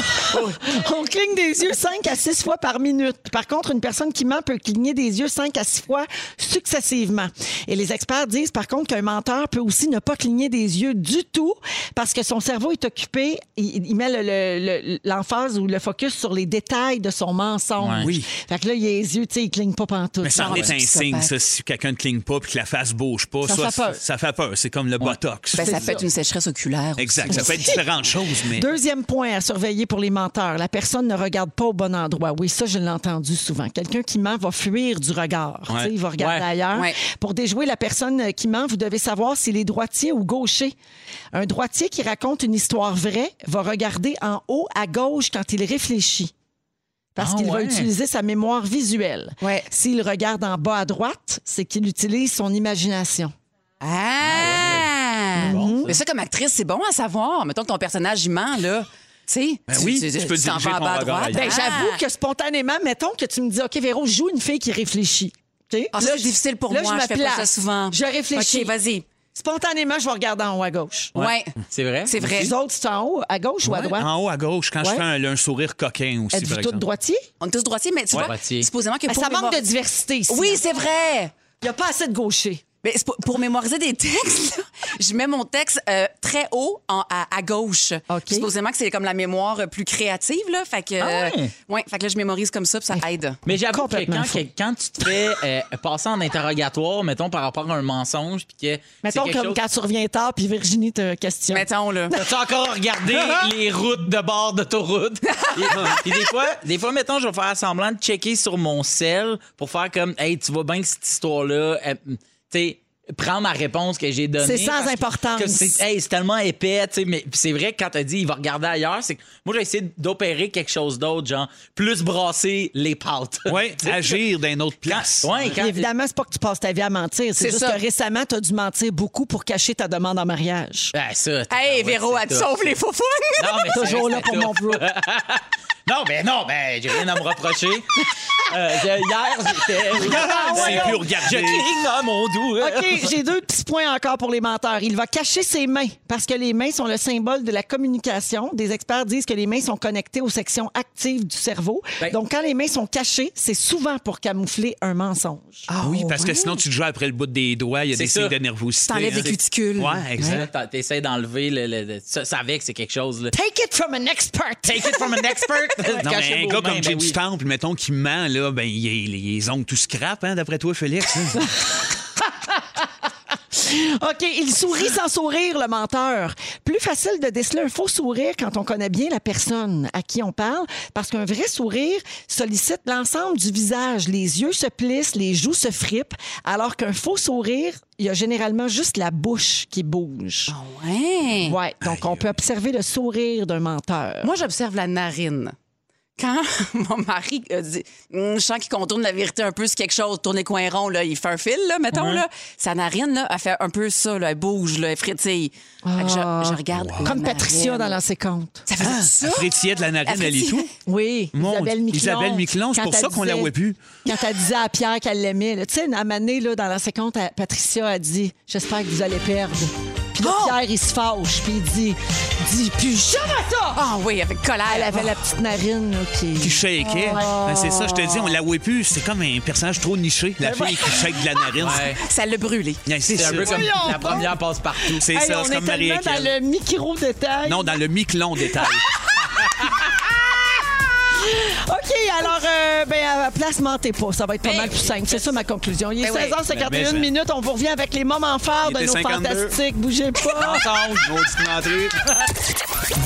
C: on cligne des yeux 5 à 6 fois par minute. Par contre, une personne qui ment peut cligner des yeux 5 à 6 fois successivement. Et les experts disent, par contre, qu'un menteur peut aussi ne pas cligner des yeux du tout parce que son cerveau est occupé, il, il met le- le- le- l'emphase ou le focus sur les détails de son mensonge.
E: Ouais.
B: Oui.
C: Fait que là, il a les yeux, tu sais, il cligne pas pantoute.
B: Mais ça en
C: Genre,
B: est un signe,
D: psychopathe.
B: ça, si quelqu'un ne cligne pas puis que la face bouge pas.
D: Ça
B: soit-
D: fait peur.
B: Ça fait peur. C'est comme le botox.
D: Ben, ça peut être une sécheresse oculaire.
B: Exact.
D: aussi.
B: Ça peut être différentes choses, mais.
C: Deuxième point à surveiller pour les menteurs, la personne ne regarde pas au bon endroit. Oui, ça, je l'ai entendu souvent. Quelqu'un qui ment va fuir du regard.
B: Ouais.
C: Tu sais, Il va regarder
E: Ouais.
C: ailleurs.
D: Ouais.
C: Pour déjouer la personne qui ment, vous devez savoir s'il est droitier ou gaucher. Un droitier qui raconte une histoire vraie va regarder en haut à gauche quand il réfléchit. Parce
E: Ah
C: qu'il va
E: ouais.
C: utiliser sa mémoire visuelle.
D: Ouais.
C: S'il regarde en bas à droite, c'est qu'il utilise son imagination.
B: Ah,
D: Ah! Mais ça, comme actrice, c'est bon à savoir. Mettons que ton personnage, il ment, là. Tu sais,
B: Ben oui, tu peux
D: t'en
B: diriger
D: vas en
B: ton
D: bas à
B: regard
D: droite.
B: ailleurs.
C: Ben,
D: Ah!
C: J'avoue que spontanément, mettons que tu me dis, OK, Véro, joue une fille qui réfléchit. Tu sais,
D: Ah, ça, c'est difficile pour
C: là,
D: moi,
C: me
D: je fais pas
C: place.
D: ça souvent.
C: Je réfléchis.
D: OK, vas-y.
C: Spontanément, je vais regarder en haut à gauche.
D: Ouais.
E: C'est vrai?
D: C'est vrai.
C: Les autres, c'est en haut, à gauche ou à droite?
B: En haut à gauche, quand
C: Ouais.
B: je fais un, un sourire coquin aussi,
C: Êtes-vous
B: par
C: tous
B: exemple.
C: droitiers?
D: On est tous droitiers, mais tu vois,
E: Droitier.
D: supposément que
C: Ben,
D: pour
C: ça manque
D: mémor-
C: de diversité ici.
D: Oui, c'est vrai.
C: Il n'y a pas assez de gauchers.
D: Mais c'est pour, pour mémoriser des textes, là, je mets mon texte euh, très haut en- à, à gauche.
C: OK.
D: Supposément que c'est comme la mémoire euh, plus créative, là. Fait que,
E: Ah ouais?
D: euh, ouais, fait que là, je mémorise comme ça, puis ça
C: Eh.
D: aide.
E: Mais j'avoue que
C: Complètement
E: quand,
C: faux.
E: que- quand tu te fais euh, passer en interrogatoire, mettons, par rapport à un mensonge, puis que. c'est
C: Mettons
E: quelque
C: comme
E: chose-
C: quand tu reviens tard, puis Virginie te questionne.
D: Mettons, là.
E: T'as-tu encore regardé les routes de bord d'autoroute? Et- Puis des fois, des fois, mettons, je vais faire semblant de checker sur mon cell pour faire comme, hey, tu vois bien que cette histoire-là, euh, tu sais, prends ma réponse que j'ai donnée.
C: C'est sans
E: Parce que-
C: importance.
E: que c'est, hey, c'est tellement épais, tu sais, mais puis c'est vrai que quand t'as dit, il va regarder ailleurs, c'est que moi, j'ai essayé d'opérer quelque chose d'autre, genre, plus brasser les pâtes.
B: Oui, agir d'une autre place.
D: Ah,
E: Ouais, quand-
C: Évidemment, c'est pas que tu passes ta vie à mentir. C'est
D: C'est
C: juste
D: ça.
C: que récemment, tu as dû mentir beaucoup pour cacher ta demande en mariage.
E: Ah, ça.
D: Hey,
E: tabarouette,
D: Véro,
E: c'est
D: elle te
E: tough.
D: sauve les faufounes!
E: Non, mais
C: Ah, Toujours là
E: c'est
C: pour mon
E: tough.
C: bro.
E: Non, ben non, ben j'ai rien à me reprocher. Euh, je- hier, j'étais.
B: Ah, c'est
E: Hier,
B: plus
E: Je
B: regarder.
E: cligne dans mon hein. doux.
C: OK, j'ai deux petits points encore pour les menteurs. Il va cacher ses mains parce que les mains sont le symbole de la communication. Des experts disent que les mains sont connectées aux sections actives du cerveau.
E: Ben-
C: Donc, quand les mains sont cachées, c'est souvent pour camoufler un mensonge.
B: Ah
D: oh,
B: Oui, parce que sinon, tu te joues après le bout des doigts, il y a
E: C'est
B: des
E: ça.
B: signes de nervosité.
D: T'enlèves
B: hein.
D: les cuticules.
B: Ouais, exact.
E: T'en- T'essaies d'enlever le, le- le- Ça, ça avec, c'est quelque chose, là.
C: Take it from an expert.
E: Take it from an expert.
B: Non,
E: Cachez
B: mais un
E: vos
B: gars
E: mains,
B: comme
E: ben
B: Jay
E: oui.
B: du Temple, mettons, qui ment, là, ben, il est, il est ongles tout scrap, hein, d'après toi, Félix. hein?
C: OK, il sourit sans sourire, le menteur. Plus facile de déceler un faux sourire quand on connaît bien la personne à qui on parle, parce qu'un vrai sourire sollicite l'ensemble du visage. Les yeux se plissent, les joues se frippent, alors qu'un faux sourire, il y a généralement juste la bouche qui bouge.
D: Ah Ouais.
C: Ouais, donc on peut observer le sourire d'un menteur.
D: Moi, j'observe la narine. Quand mon mari euh, dit, Hum, je sens qu'il contourne la vérité un peu sur quelque chose, tourne les coins ronds, là, il fait un fil, là, mettons, là, sa narine, là, elle fait un peu ça, là, elle bouge, là, elle frétille. Fait que je,
E: Ah.
D: je regarde. la
C: Comme Patricia dans
D: narine.
C: l'ancien compte.
D: Ça faisait ça?
B: Elle frétillait de la narine,
D: Elle
B: elle est
D: frétillait.
B: tout.
C: Oui,
B: Mon
C: Isabelle
B: Dieu.
C: Miquelon.
B: Isabelle Miquelon, c'est
C: Quand
B: pour
C: elle
B: ça qu'on la
C: disait-
B: voit plus.
C: Quand elle disait à Pierre qu'elle l'aimait, là, tu sais, une amanée, là, dans la séquence, à- Patricia a dit J'espère que vous allez perdre. Puis là,
D: Oh!
C: Pierre, il se fâche, puis il dit Dis plus jamais ça
D: Ah oui, avec colère.
C: Elle avait la petite narine, là, qui.
B: Qui shakeait.
D: Oh.
B: Ben, c'est ça, je te dis, on la voit plus. C'est comme un personnage trop niché, la
D: Ben
B: fille qui shake de la narine.
E: Ouais.
D: Ça l'a brûlé.
B: Yeah, C'est
E: C'est un
B: ça.
E: peu comme
C: Voyons
E: la première passe partout.
B: C'est
C: Hey,
B: ça,
C: on
B: c'est
C: est
B: comme
C: tellement dans le
B: Marie-Équipe.
C: micro-détail.
B: Non, dans le mi-long détail.
C: OK, alors, euh, ben, à la place, mentez pas. Ça va être pas mal plus simple. C'est ça ma conclusion. Il est
D: Ben oui.
C: 16h51
B: Ben, ben,
C: minutes. On vous revient avec les moments forts
B: Il
C: de
B: était
C: nos
B: 52.
C: fantastiques. Bougez pas.
B: Ensemble, maudite menterie.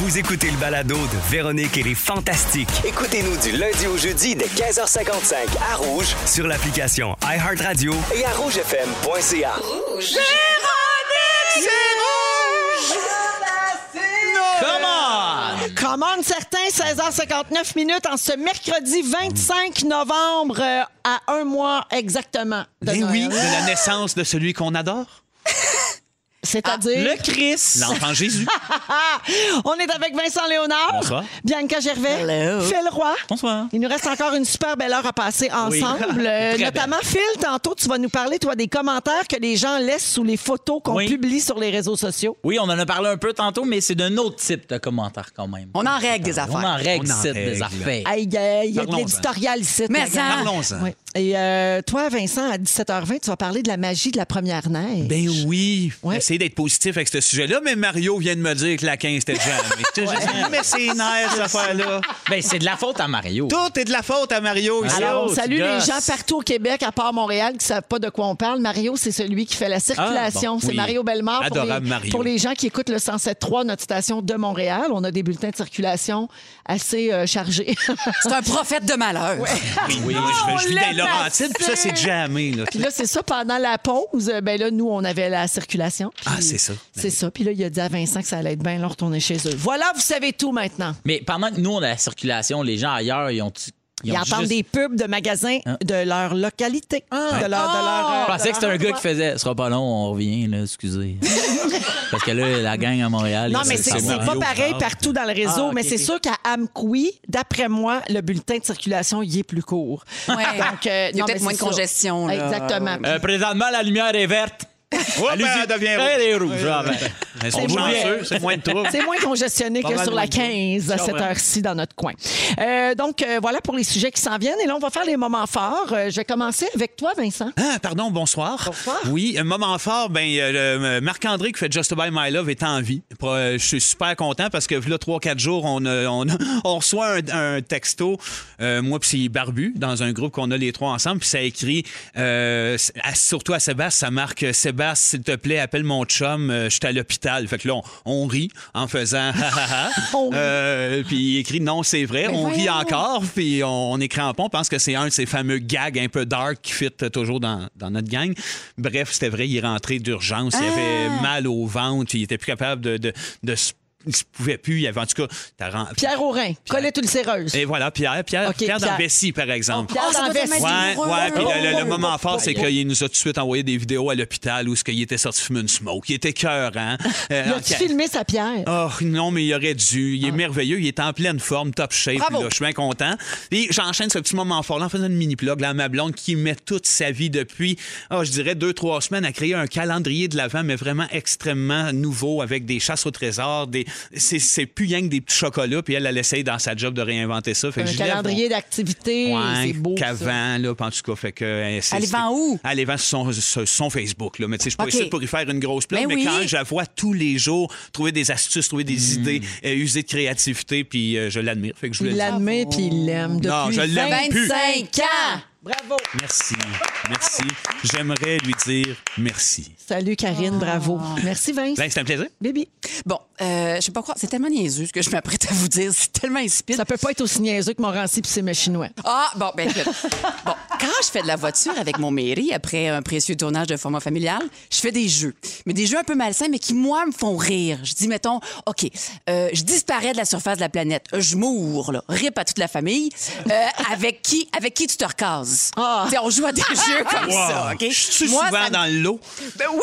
J: Vous écoutez le balado de Véronique et les Fantastiques
I: Écoutez-nous du lundi au jeudi dès 15h55 à Rouge
J: sur l'application iHeartRadio.
I: et à rougefm.ca.
E: Come on!
C: Commande certains, 16h59 minutes en ce mercredi 25 novembre, euh, à un mois exactement. de
B: Ben oui,
C: Noël.
B: de la naissance de celui qu'on adore.
C: C'est-à-dire.
B: Ah,
E: le Christ.
B: L'enfant Jésus.
C: On est avec Vincent Léonard.
B: Bonsoir.
C: Bianca Gervais. Phil Roy.
E: Bonsoir.
C: Il nous reste encore une super belle heure à passer ensemble. Euh,
E: Très
C: Notamment, Phil, tantôt, tu vas nous parler, toi, des commentaires que les gens laissent sous les photos qu'on
E: Oui.
C: publie sur les réseaux sociaux.
E: Oui, on en a parlé un peu tantôt, mais c'est d'un autre type de commentaire quand même.
D: On en règle des
E: On
D: affaires.
E: en règle,
B: On en
E: c'est des
B: règle.
E: affaires.
C: Hey, Il y a, il y a de
B: Parlons-en.
C: l'éditorial ici.
D: Mais
C: regarde.
D: ça-
B: Parlons-en.
C: Oui. Et euh, toi, Vincent, à 17h20, tu vas parler de la magie de la première neige.
B: Ben oui,
C: Ouais.
B: essayez d'être positif avec ce sujet-là, mais Mario vient de me dire que la 15 était jamais. J'ai dit, mais c'est nerfs, cette affaire-là.
E: Ben, c'est de la faute à Mario.
B: Tout est de la faute à Mario ici.
C: Alors, on
E: Allô,
C: salue
E: tu
C: les
E: gosses.
C: gens partout au Québec, à part Montréal, qui ne savent pas de quoi on parle. Mario, c'est celui qui fait la circulation.
E: Ah, bon,
C: c'est
E: oui.
C: Mario Bellemare. pour
B: Adorable
C: les-
B: Mario.
C: Pour les gens qui écoutent le 107.3, notre station de Montréal, on a des bulletins de circulation assez euh, chargés.
D: C'est un prophète de malheur.
B: Ah oui, oui, je, je vis
C: laisse
B: des Laurentides, puis ça, c'est jamais. Là.
C: Puis là, c'est ça, pendant la pause, euh, ben là, nous, on avait la circulation. Puis
B: Ah, c'est ça.
C: C'est ça. Puis là, il a dit à Vincent que ça allait être bien, là, retourner chez eux. Voilà, vous savez tout maintenant.
E: Mais pendant que nous, on a la circulation, les gens ailleurs, ils ont. Hein?
C: Ils entendent des pubs de magasins de leur localité, de leur... De leur, euh,
E: Ah. Je pensais que c'était un gars qui faisait. Ce sera pas long, on revient, là, excusez. Parce que là, la gang à Montréal.
C: Non,
E: ils
C: mais
E: veulent
C: c'est
E: savoir.
C: c'est pas pareil partout dans le réseau.
E: Ah,
C: mais
E: ok,
C: c'est
E: ok.
C: sûr qu'à Amqui, d'après moi, le bulletin de circulation y est plus court.
D: Ouais.
C: Donc, euh,
D: Il y a
C: non,
D: peut-être
C: mais
D: moins de
C: c'est ça.
D: congestion. là.
C: Exactement.
E: Euh, présentement, la lumière est verte.
B: Ouais,
E: Allez-y.
B: ben, elle devient
E: Elle est rouge. ah, ben.
B: Ils
E: C'est
B: sont
E: moins-
B: chanceux, c'est moins de troubles.
C: C'est moins congestionné que
B: mal
C: sur la
B: moins de
C: 15 à
B: Je
C: cette
B: comprends.
C: heure-ci dans notre coin. Euh, donc, euh, voilà pour les sujets qui s'en viennent. Et là, on va faire les moments forts. Euh, je vais commencer avec toi, Vincent.
B: Ah, pardon, bonsoir.
C: Bonsoir.
B: Oui, un moment fort, ben, euh, le- Marc-André qui fait Just By My Love est en vie. Pro- euh, Je suis super content parce que là, 3-4 jours, on, a- on, a- on reçoit un, un texto, euh, moi puis c'est Barbu, dans un groupe qu'on a les trois ensemble, puis ça écrit, euh, à- surtout à Sébastien, ça marque « Sébastien, s'il te plaît, appelle mon chum, euh, je suis à l'hôpital ». Fait que là, on, on rit en faisant « ha, ha, ha
C: On rit.
B: Euh, Puis il écrit « Non, c'est vrai, on rit
D: voyons.
B: encore ». Or, puis on, on est crampon. On pense que c'est un de ces fameux gags un peu dark qui fit toujours dans, dans notre gang. Bref, c'était vrai, il est rentré d'urgence. Il
C: Ah!
B: avait mal au ventre. Il était plus capable de, de, de se- il se pouvait plus. Il avait, en tout cas, t'as ren-
C: Pierre Aurin, collette ulcéreuse.
B: Et voilà, Pierre. Pierre,
C: Ok,
B: Pierre,
C: Pierre. Oh,
B: dans Bessie, par exemple.
C: Pierre
D: Ah, ça
C: dans
D: doit
C: Vest.
D: tellement
B: Ouais,
D: être
B: ouais. Puis le, le- le
C: Oh,
B: moment fort, c'est
C: oh, oh.
B: qu'il nous a tout de suite envoyé des vidéos à l'hôpital où ce qu'il était sorti fumer une smoke. Il était cœur, hein?
C: Il a-tu filmé sa pierre? Ah.
B: Oh non, mais il aurait dû. Il est merveilleux. Il est en pleine forme, top shape.
D: Bravo.
B: là. je suis bien content. Et j'enchaîne ce petit moment fort là en faisant une mini-plug. Là, à ma blonde qui met toute sa vie depuis, oh, je dirais, deux, trois semaines à créer un calendrier de l'avant, mais vraiment extrêmement nouveau avec des chasses au trésor. Des... C'est, c'est plus rien que des petits chocolats. Puis elle, elle essaye dans sa job de réinventer ça. Fait que
C: Un
B: je lève
C: calendrier d'activité,
B: mon- Ouais,
C: c'est beau. ça.
B: qu'avant, là, puis en tout cas, fait que... euh, c'est-
D: Elle les vend où?
B: Elle les vend sur son, sur son Facebook, là. Mais tu sais, je suis pas
D: OK.
B: ici pour y faire une grosse plug,
D: Ben
B: mais
D: oui. Hmm.
B: quand je la vois tous les jours trouver des astuces, trouver des idées, euh, user de créativité, puis euh, je l'admire. Fait que je voulais
C: Il
B: dire-
C: l'admet puis il l'aime depuis
B: Non, je l'aime
C: 20
B: plus.
D: 25 ans!
C: Bravo.
B: Merci, merci. J'aimerais lui dire merci.
C: Salut Karine, bravo.
D: Ah.
C: Merci Vince.
B: Ben, c'est un plaisir.
C: Bébé,
D: Bon, euh, je sais pas quoi. C'est tellement niaiseux ce que je m'apprête à vous dire. C'est tellement insipide.
C: ça peut pas être aussi niaiseux que Morancy puis c'est mes chinois.
D: Ah, bon, ben écoute. Bon, quand je fais de la voiture avec mon mairie après un précieux tournage de format familial, je fais des jeux. Mais des jeux un peu malsains, mais qui, moi, me font rire. Je dis, mettons, OK, euh, je disparais de la surface de la planète. Euh, Je mourre, là. Rip à toute la famille. Euh, avec, qui, avec qui tu te recases?
C: Ah.
D: Tu sais, On joue à des jeux comme ça,
B: Wow.
D: OK?
B: Je suis
D: Moi,
B: souvent
D: ça me-
B: dans le lot.
D: Ben oui!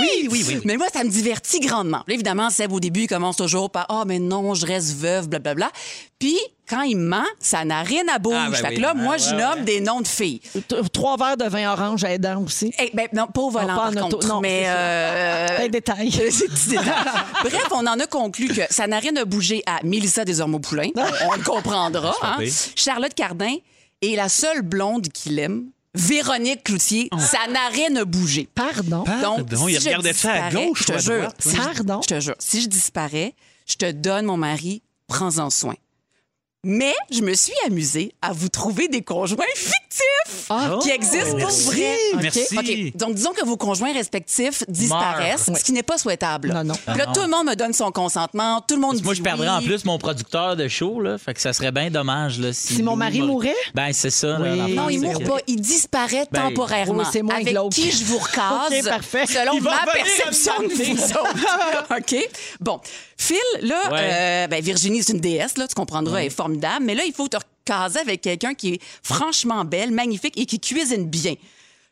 D: Oui, oui, oui. Mais moi, ça me divertit grandement. Là, évidemment, Seb, au début, il commence toujours par Ah, mais non, je reste veuve, blablabla. Puis, quand il ment, ça n'a rien à bouger.
B: Ah, ben
D: fait que
B: oui.
D: là,
B: Ah,
D: moi,
B: ouais,
D: je
B: ouais.
D: nomme des noms de filles.
C: T- Trois verres de vin orange aidant aussi.
D: Eh, ben, non, pas au volant,
C: pas en
D: par
C: auto,
D: contre.
C: non,
D: mais.
C: c'est ça.
D: euh,
C: Un détail.
D: c'est petit détail. Bref, on en a conclu que ça n'a rien à bouger à Mélissa Desormeaux-Poulain. On le comprendra. hein.
B: pire.
D: Charlotte Cardin est la seule blonde qu'il aime. Véronique Cloutier, ça n'a rien à bouger.
C: Pardon.
D: Donc,
B: Ah, Pardon,
D: si
B: il
D: je
B: regardait ça à
D: disparais,
B: gauche
D: je te
B: ou à
D: jure.
B: droite,
D: si je-
C: Pardon?
D: Je te jure. Si je disparais, je te donne mon mari, prends-en soin. Mais je me suis amusée à vous trouver des conjoints fictifs
C: Ah.
D: qui existent pour vrai.
B: Merci.
D: OK. Donc, disons que vos conjoints respectifs disparaissent,
C: Meurent.
D: ce qui n'est pas souhaitable.
C: Non, non.
D: Puis là, tout le monde me donne son consentement, tout le monde
E: Parce que
D: dit
E: Moi, je perdrais
D: oui.
E: en plus mon producteur de show, là. Fait que ça serait bien dommage, là, si.
C: Si mon mari mourait?
E: Ben, c'est ça, là,
C: Oui.
E: l'affaire,
D: Non, il
E: c'est
D: mourra
E: que-
D: pas. Il disparaît
E: Ben,
D: temporairement.
C: oui, c'est moins
D: Avec
C: glauque.
D: qui je vous recase,
C: Ok, parfait.
D: selon
C: Il va
D: ma
C: revenir
D: perception de vous autres. OK? Bon. Phil, là,
E: Ouais.
D: euh, ben, Virginie, c'est une déesse, là, tu comprendras, elle est formidable. Mais là, il faut te recaser avec quelqu'un qui est franchement belle, magnifique et qui cuisine bien.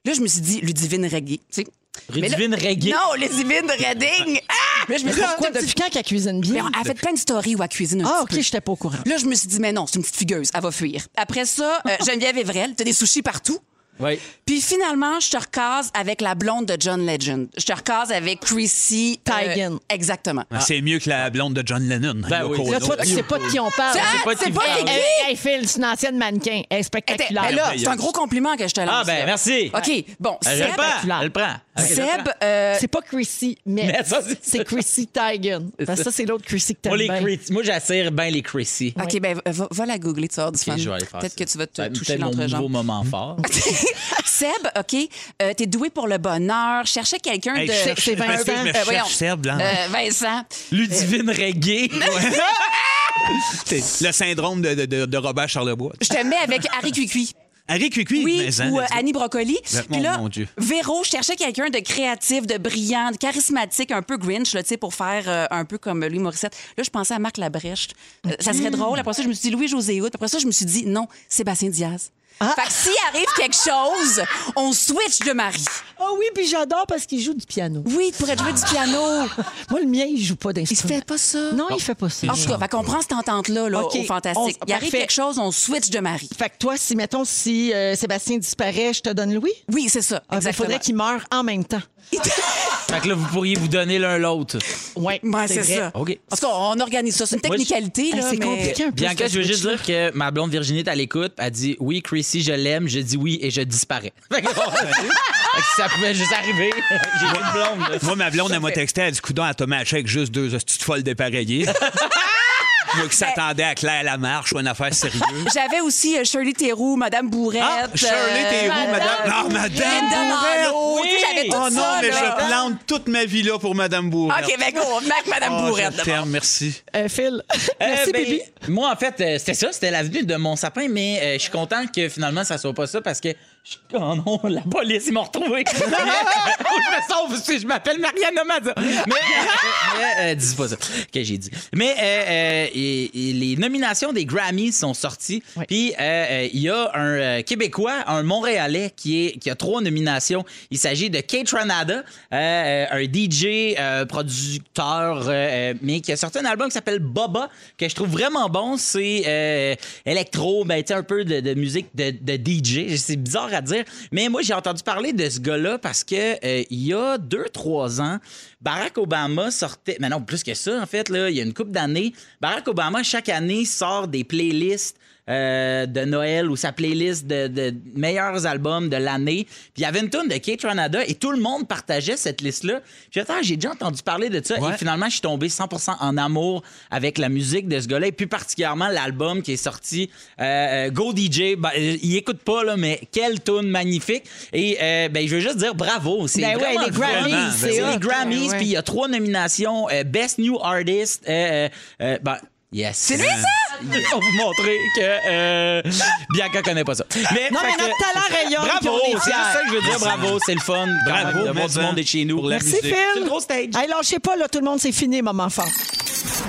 D: Là, je me suis dit, Ludivine Reguet, tu sais,
E: Ludivine Redding.
D: Non, Ludivine Redding. Ah! Là, je me suis dit,
C: Pourquoi
D: depuis-
C: depuis quand qu'elle cuisine bien?
D: Mais on- elle a fait plein de stories où elle cuisine un
C: Ah,
D: petit
C: OK,
D: peu.
C: j'étais pas au courant.
D: Là, je me suis dit, mais non, c'est une petite fugueuse, elle va fuir. Après ça, euh, Geneviève Evrel, t'as des sushis partout.
E: Oui.
D: Puis finalement, je te recase avec la blonde de John Legend. Je te recase avec Chrissy euh,
C: Teigen.
D: exactement.
E: Ah,
B: C'est mieux que la blonde de John Lennon. hein,
E: Ben oui.
B: Yoko
C: Là, toi,
B: Ono.
C: tu sais pas de qui on parle.
D: Ah,
E: pas
D: c'est
E: qui
D: pas
E: parle.
D: c'est qui?
C: Hey, hey, Phil, c'est une ancienne mannequin. Elle est
D: Était-
C: spectaculaire.
D: ben là,
B: merveilleuse.
D: c'est un gros compliment que je te lance.
E: Ah, ben,
D: là.
E: merci.
D: OK, bon,
E: Elle
D: Seb,
E: le prend.
C: Seb-
E: Elle le prend. Ok.
D: Seb, euh,
C: C'est pas Chrissy, mais,
E: Mais ça, c'est-
C: c'est Chrissy Teigen. Parce que ça, c'est l'autre Chrissy que t'aimes
E: Moi, les
C: bien.
E: Chrissy- Moi, j'assire bien les
C: Ah,
E: Chrissy.
D: OK, ben va, va- va la googler, tu vas avoir du fun.
E: Ok, je vais aller faire
D: Peut-être
E: ça.
D: que tu vas te
E: Ben,
D: toucher
E: peut-être mon nouveau
D: l'entrejambe.
E: moment fort.
D: Seb, OK, euh, t'es doué pour le bonheur. Cherchais quelqu'un
B: Hey,
D: de...
B: je cherche-
C: c'est Vincent.
B: excuse, mais je
D: Euh,
B: cherche
D: voyons.
B: Seb, là.
D: Euh, Vincent. Euh.
E: Ludivine Reggae.
B: Le syndrome de, de- de- de Robert Charlebois.
D: Je te mets avec Harry Cuicui.
B: Harry Cuicui,
D: Oui,
B: mais, hein,
D: ou euh,
B: let's go.
D: Annie Brocoli.
B: Ben,
D: Puis
B: mon-
D: là,
B: mon Dieu.
D: Véro cherchait quelqu'un de créatif, de brillant, de charismatique, un peu Grinch, là, tu sais, pour faire euh, un peu comme Louis Morissette. Là, je pensais à Marc Labrèche. Euh, ça serait drôle. Après ça, je me suis dit Louis-José Hood. Après ça, je me suis dit non, Sébastien Diaz. Fait que s'il arrive quelque chose, on switch de mari.
C: Ah oui, puis j'adore parce qu'il joue du piano.
D: Oui, pour être jouer du piano.
C: Moi, le mien, il joue pas
D: Il se
C: d'instrument.
D: fait pas ça.
C: Non, il fait pas ça.
D: En tout cas, fait qu'on prend cette entente-là là,
C: OK.
D: au fantastique.
C: On-
D: Il arrive
C: parfait.
D: quelque chose, on switch de mari.
C: Fait que toi, si, mettons, si euh, Sébastien disparaît, je te donne Louis.
D: Oui, c'est ça.
C: Ah, ben,
D: exactement.
C: faudrait qu'il meure en même temps.
E: Fait que là, vous pourriez vous donner l'un l'autre.
C: Oui,
D: Ouais, c'est ça.
E: OK.
D: En tout cas, on organise ça. C'est une
E: Moi, je-
D: technicalité. là,
C: c'est
D: mais-
C: compliqué un peu.
E: Bianca,
C: ce
E: je veux juste
C: switch-là.
E: dire que ma blonde Virginie est à l'écoute. Elle dit Oui, Chrissy, je l'aime. Je dis oui et je disparais. Fait que- Fait que ça pouvait juste arriver. J'ai une blonde. là.
B: Moi, ma blonde, elle m'a texté, elle a dit Coudon, elle t'a mis à chèque juste deux petites folles dépareillées.
D: Ben
B: Moi qui s'attendais à Claire Lamarche ou une affaire sérieuse.
D: J'avais aussi euh, Shirley Theroux, Madame Bourrette.
B: Ah, Shirley
D: euh,
B: Theroux, Ah, madame.
D: Madame
B: Non, madame
D: Linda Malo.
B: Bourrette.
D: Tu sais, J'avais tout
B: Oh non,
D: ça.
B: mais
D: là.
B: je plante toute ma vie là pour madame Bourrette.
D: OK, ben go, on met avec Madame
B: Oh,
D: Bourrette.
B: je
D: d'abord.
B: t'aime, merci.
C: Euh, Phil,
E: Euh,
C: merci,
E: ben,
C: baby.
E: Moi, en fait, euh, c'était ça. C'était l'avenue de mon sapin, mais euh, je suis content que finalement, ça soit pas ça parce que. je- Oh non, la police, ils m'ont retrouvé. Faut que je me sauve parce que je m'appelle Marianne Nomada. Mais, mais, euh, dis pas ça que j'ai dit. Mais euh, euh, et- et les nominations des Grammys sont sorties.
C: Oui.
E: Puis euh, euh, il y a un euh, Québécois, un Montréalais qui, est, qui a trois nominations. Il s'agit de Kate Ranada, euh, un DJ, euh, producteur, euh, euh, mais qui a sorti un album qui s'appelle Boba, que je trouve vraiment bon. C'est euh, électro, ben, tu sais, un peu de, de musique de, de DJ. C'est bizarre à dire. Mais moi, j'ai entendu parler de ce gars-là parce que euh, il y a deux, trois ans, Barack Obama sortait. Mais non, plus que ça, en fait, là, il y a une couple d'années. Barack Obama, chaque année, sort des playlists euh, de Noël ou sa playlist de, de meilleurs albums de l'année. Puis il y avait une tonne de Kate Ranada et tout le monde partageait cette liste-là. Puis attends, j'ai déjà entendu parler de ça et finalement, je suis tombé 100% en amour avec la musique de ce gars-là et plus particulièrement l'album qui est sorti euh, euh, Go DJ. Ben, euh, il écoute pas là, mais quelle tune magnifique. Et euh, ben je veux juste dire bravo, c'est
C: Ben ouais,
E: vraiment
C: les
E: le fun.
C: Grammys,
B: Vraiment,
C: c'est
E: C'est
C: hot.
E: les Grammys,
C: Ben ouais.
E: puis il y a trois nominations euh, Best New Artist. euh, euh, ben, yes. C'est lui, ça? On vous montrer que euh, Bianca connaît pas ça. Mais,
C: Non,
E: fait
C: mais notre
E: que-
C: talent rayonne, puis
E: Bravo,
C: on est
E: c'est
C: fiers.
E: juste ça que je veux dire. Bravo, c'est le fun.
B: Bravo,
E: Bravo, de voir du
B: mais
E: monde est chez nous.
B: pour la
C: Merci, Phil.
E: C'est une grosse stage.
C: Hey, lâchez pas, là, tout le monde, c'est fini, maman fort.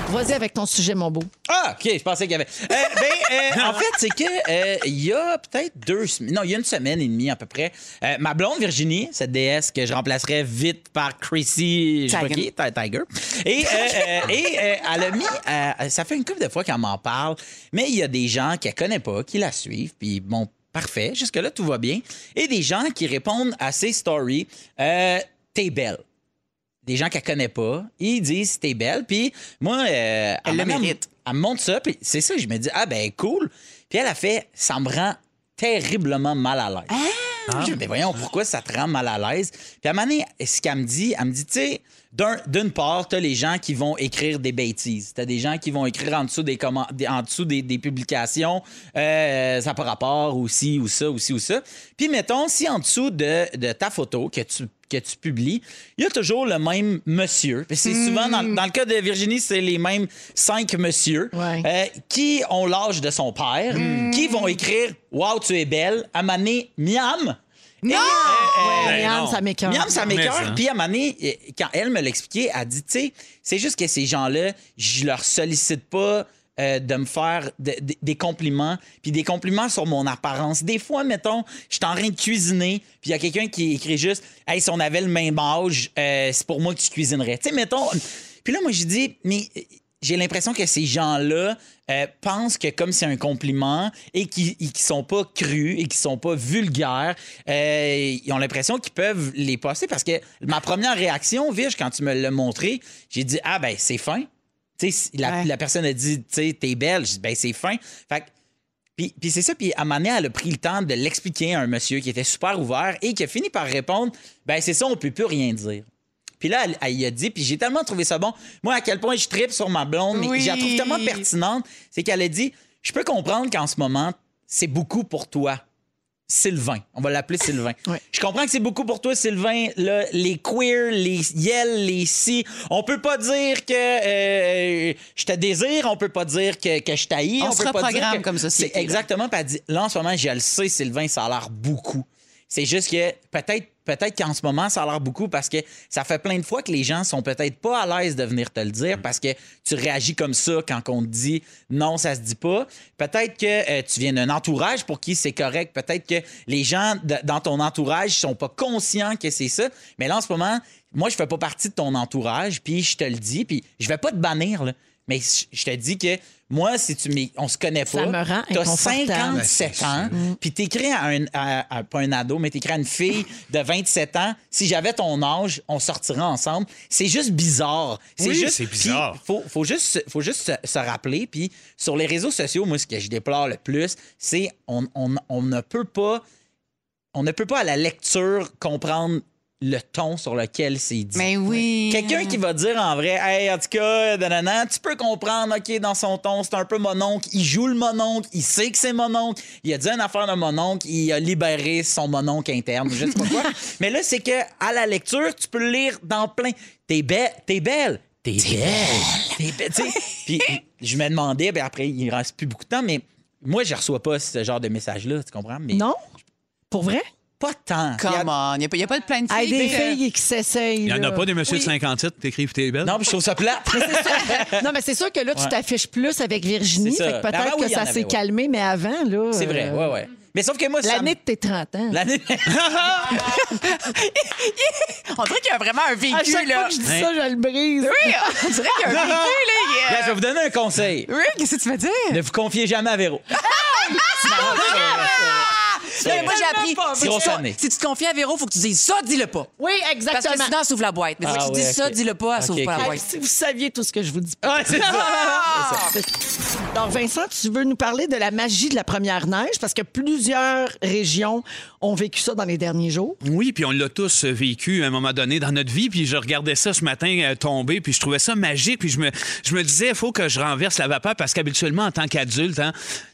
C: Vas-y avec ton sujet, mon beau.
E: Ah, OK, je pensais qu'il y avait. Euh, ben, euh, en fait, c'est que euh, il y a peut-être deux semaines, non, il y a une semaine et demie à peu près, euh, ma blonde Virginie, cette déesse que je remplacerai vite par Chrissy je sais pas
D: Tiger.
E: qui, Ti- Tiger, et, euh, euh, et euh, elle a mis, euh, ça fait une couple de fois qu'elle m'en parle, mais il y a des gens qu'elle connaît pas, qui la suivent, puis bon, parfait, jusque-là, tout va bien, et des gens qui répondent à ses stories, euh, t'es belle des gens qu'elle connaît pas. Ils disent t'es belle. Puis moi, euh, à
D: le
E: un moment,
D: mérite.
E: Elle me montre ça. Puis c'est ça, je me dis ah ben cool. Puis elle a fait ça me rend terriblement mal à
D: Ah!
E: l'aise. Je dis, mais voyons, pourquoi ça te rend mal à l'aise? Puis à un moment donné, ce qu'elle me dit, elle me dit, tu sais, d'un- d'une part, t'as les gens qui vont écrire des bêtises. T'as des gens qui vont écrire en dessous des, comment- des- en dessous des, des publications, euh, ça par rapport ou ci ou ça, ou ci ou ça. Puis mettons, si en dessous de, de ta photo que tu que tu publies, il y a toujours le même monsieur. Puis C'est souvent, dans, dans le cas de Virginie, c'est les mêmes cinq monsieur
C: Ouais.
E: euh, qui ont l'âge de son père, qui vont écrire « Wow, tu es belle », à mané miam ». Non!
B: Ben
C: Marianne,
B: non.
C: ça m'écoeure.
E: Miam, ça
B: Mais ça.
E: m'écœure. Puis à un moment donné, euh, quand elle me l'expliquait, elle dit, tu sais, c'est juste que ces gens-là, je leur sollicite pas euh, de me faire de- de- des compliments, puis des compliments sur mon apparence. Des fois, mettons, je suis en train de cuisiner, puis il y a quelqu'un qui écrit juste Hey, si on avait le même âge, euh, c'est pour moi que tu cuisinerais. Tu sais, mettons. Puis là, moi, j'ai dit Mais euh, j'ai l'impression que ces gens-là euh, pensent que comme c'est un compliment et qui ne sont pas crus et qui sont pas vulgaires, euh, ils ont l'impression qu'ils peuvent les passer parce que ma première réaction, Vige, quand tu me l'as montré, j'ai dit Ah, ben, c'est fin. Tu sais, si la, la personne a dit, tu sais, t'es belle. Je dis, ben, c'est fin. Fait que, puis, puis c'est ça. Puis à un moment donné, elle a pris le temps de l'expliquer à un monsieur qui était super ouvert et qui a fini par répondre, ben, c'est ça, on peut plus rien dire. Puis là, elle, elle y a dit, puis j'ai tellement trouvé ça bon. Moi, à quel point je tripe sur ma blonde, mais
L: Oui.
E: je la trouve tellement pertinente, c'est qu'elle a dit, je peux comprendre qu'en ce moment, c'est beaucoup pour toi. Sylvain. On va l'appeler Sylvain. Je comprends que c'est beaucoup pour toi, Sylvain. là, les queer, les yel, les si. On peut pas dire que euh, je te désire, on peut pas dire que, que je t'haïs.
D: On se
E: peut pas dire
D: reprogramme
E: que-
D: comme société,
E: C'est
D: là.
E: exactement. Puis elle dit, là, en ce moment, je le sais, Sylvain, ça a l'air beaucoup. C'est juste que peut-être peut-être qu'en ce moment, ça a l'air beaucoup parce que ça fait plein de fois que les gens sont peut-être pas à l'aise de venir te le dire parce que tu réagis comme ça quand on te dit non, ça se dit pas. Peut-être que euh, tu viens d'un entourage pour qui c'est correct. Peut-être que les gens de- dans ton entourage sont pas conscients que c'est ça. Mais là, en ce moment, moi, je fais pas partie de ton entourage, puis je te le dis, puis je vais pas te bannir, là. Mais je je te dis que moi, si tu m'es- on se connaît pas,
C: Ça me rend
E: t'as
C: inconfortable.
E: 57 ans, puis t'écris à un, à- à- pas un ado, mais t'écris à une fille de 27 ans. Si j'avais ton âge, on sortirait ensemble. C'est juste bizarre.
B: Oui,
E: juste
B: c'est
E: puis
B: bizarre.
E: Faut, faut juste, se- faut juste se, se rappeler. Puis sur les réseaux sociaux, moi, ce que je déplore le plus, c'est on, on- on ne peut pas, on ne peut pas à la lecture comprendre le ton sur lequel c'est dit.
D: Mais Ben oui.
E: Quelqu'un qui va dire en vrai, hey, en tout cas, nanana, tu peux comprendre, OK, dans son ton, c'est un peu mononcle. Il joue le mononcle, il sait que c'est mononcle. Il a dit une affaire de mononcle, il a libéré son mononcle interne. Je sais pas quoi. Mais là, c'est que à la lecture, tu peux le lire dans plein. T'es belle, t'es belle. T'es belle. T'es belle. Tu sais, Puis je me demandais, ben après, il reste plus beaucoup de temps, mais moi, je reçois pas ce genre de message-là, tu comprends? Mais non?
C: Pour vrai?
E: Pas tant.
D: Come on, il n'y a, pas de plein de filles.
C: Hey, des
D: mais, euh,
C: filles qui s'essayent.
B: Il n'y en a
C: là.
B: pas des messieurs de
C: Oui.
B: 57 qui t'écrivent t'es belle?
E: Non, puis je trouve ça plate.
C: Non, mais c'est sûr que là, tu
B: Ouais.
C: t'affiches plus avec Virginie.
E: C'est ça.
C: Fait que peut-être
E: Avant, oui, il
C: que
E: y en
C: ça
E: avait,
C: s'est
E: ouais.
C: calmé, mais avant, là.
E: C'est vrai,
C: euh,
E: ouais, ouais. Mais sauf que moi, ça.
C: L'année de tes 30 ans.
E: L'année.
D: On dirait qu'il y a vraiment un vécu,
C: À chaque
D: là.
C: fois que je dis ça, je le brise.
D: Oui, on dirait qu'il y a un vécu, là. il y
E: Là,
D: a-
E: je vais vous donner un conseil.
D: Oui, qu'est-ce que tu veux dire?
E: Ne vous confiez jamais à Véro. Ah!
D: Là, moi, j'ai appris.
E: pas
D: Si tu,
E: vrai.
D: te- si tu te confies à Véro, faut que tu dises ça, dis-le pas.
C: Oui,
D: Parce que
C: exactement.
D: sinon, elle s'ouvre la boîte. Mais faut
E: Ah
D: que tu
E: ouais,
D: dises ça,
E: ok.
D: dis-le pas, elle s'ouvre
E: Ok,
D: pas la
E: ok.
C: Hey,
D: boîte.
C: si vous saviez tout ce que je vous dis.
E: Ah, c'est ça.
C: C'est ça. Alors, Vincent, tu veux nous parler de la magie de la première neige parce que plusieurs régions ont vécu ça dans les derniers jours.
B: Oui, puis on l'a tous euh, vécu à un moment donné dans notre vie. Puis je regardais ça ce matin euh, tomber, puis je trouvais ça magique. Puis je me, je me disais, il faut que je renverse la vapeur parce qu'habituellement, en tant qu'adulte, hein,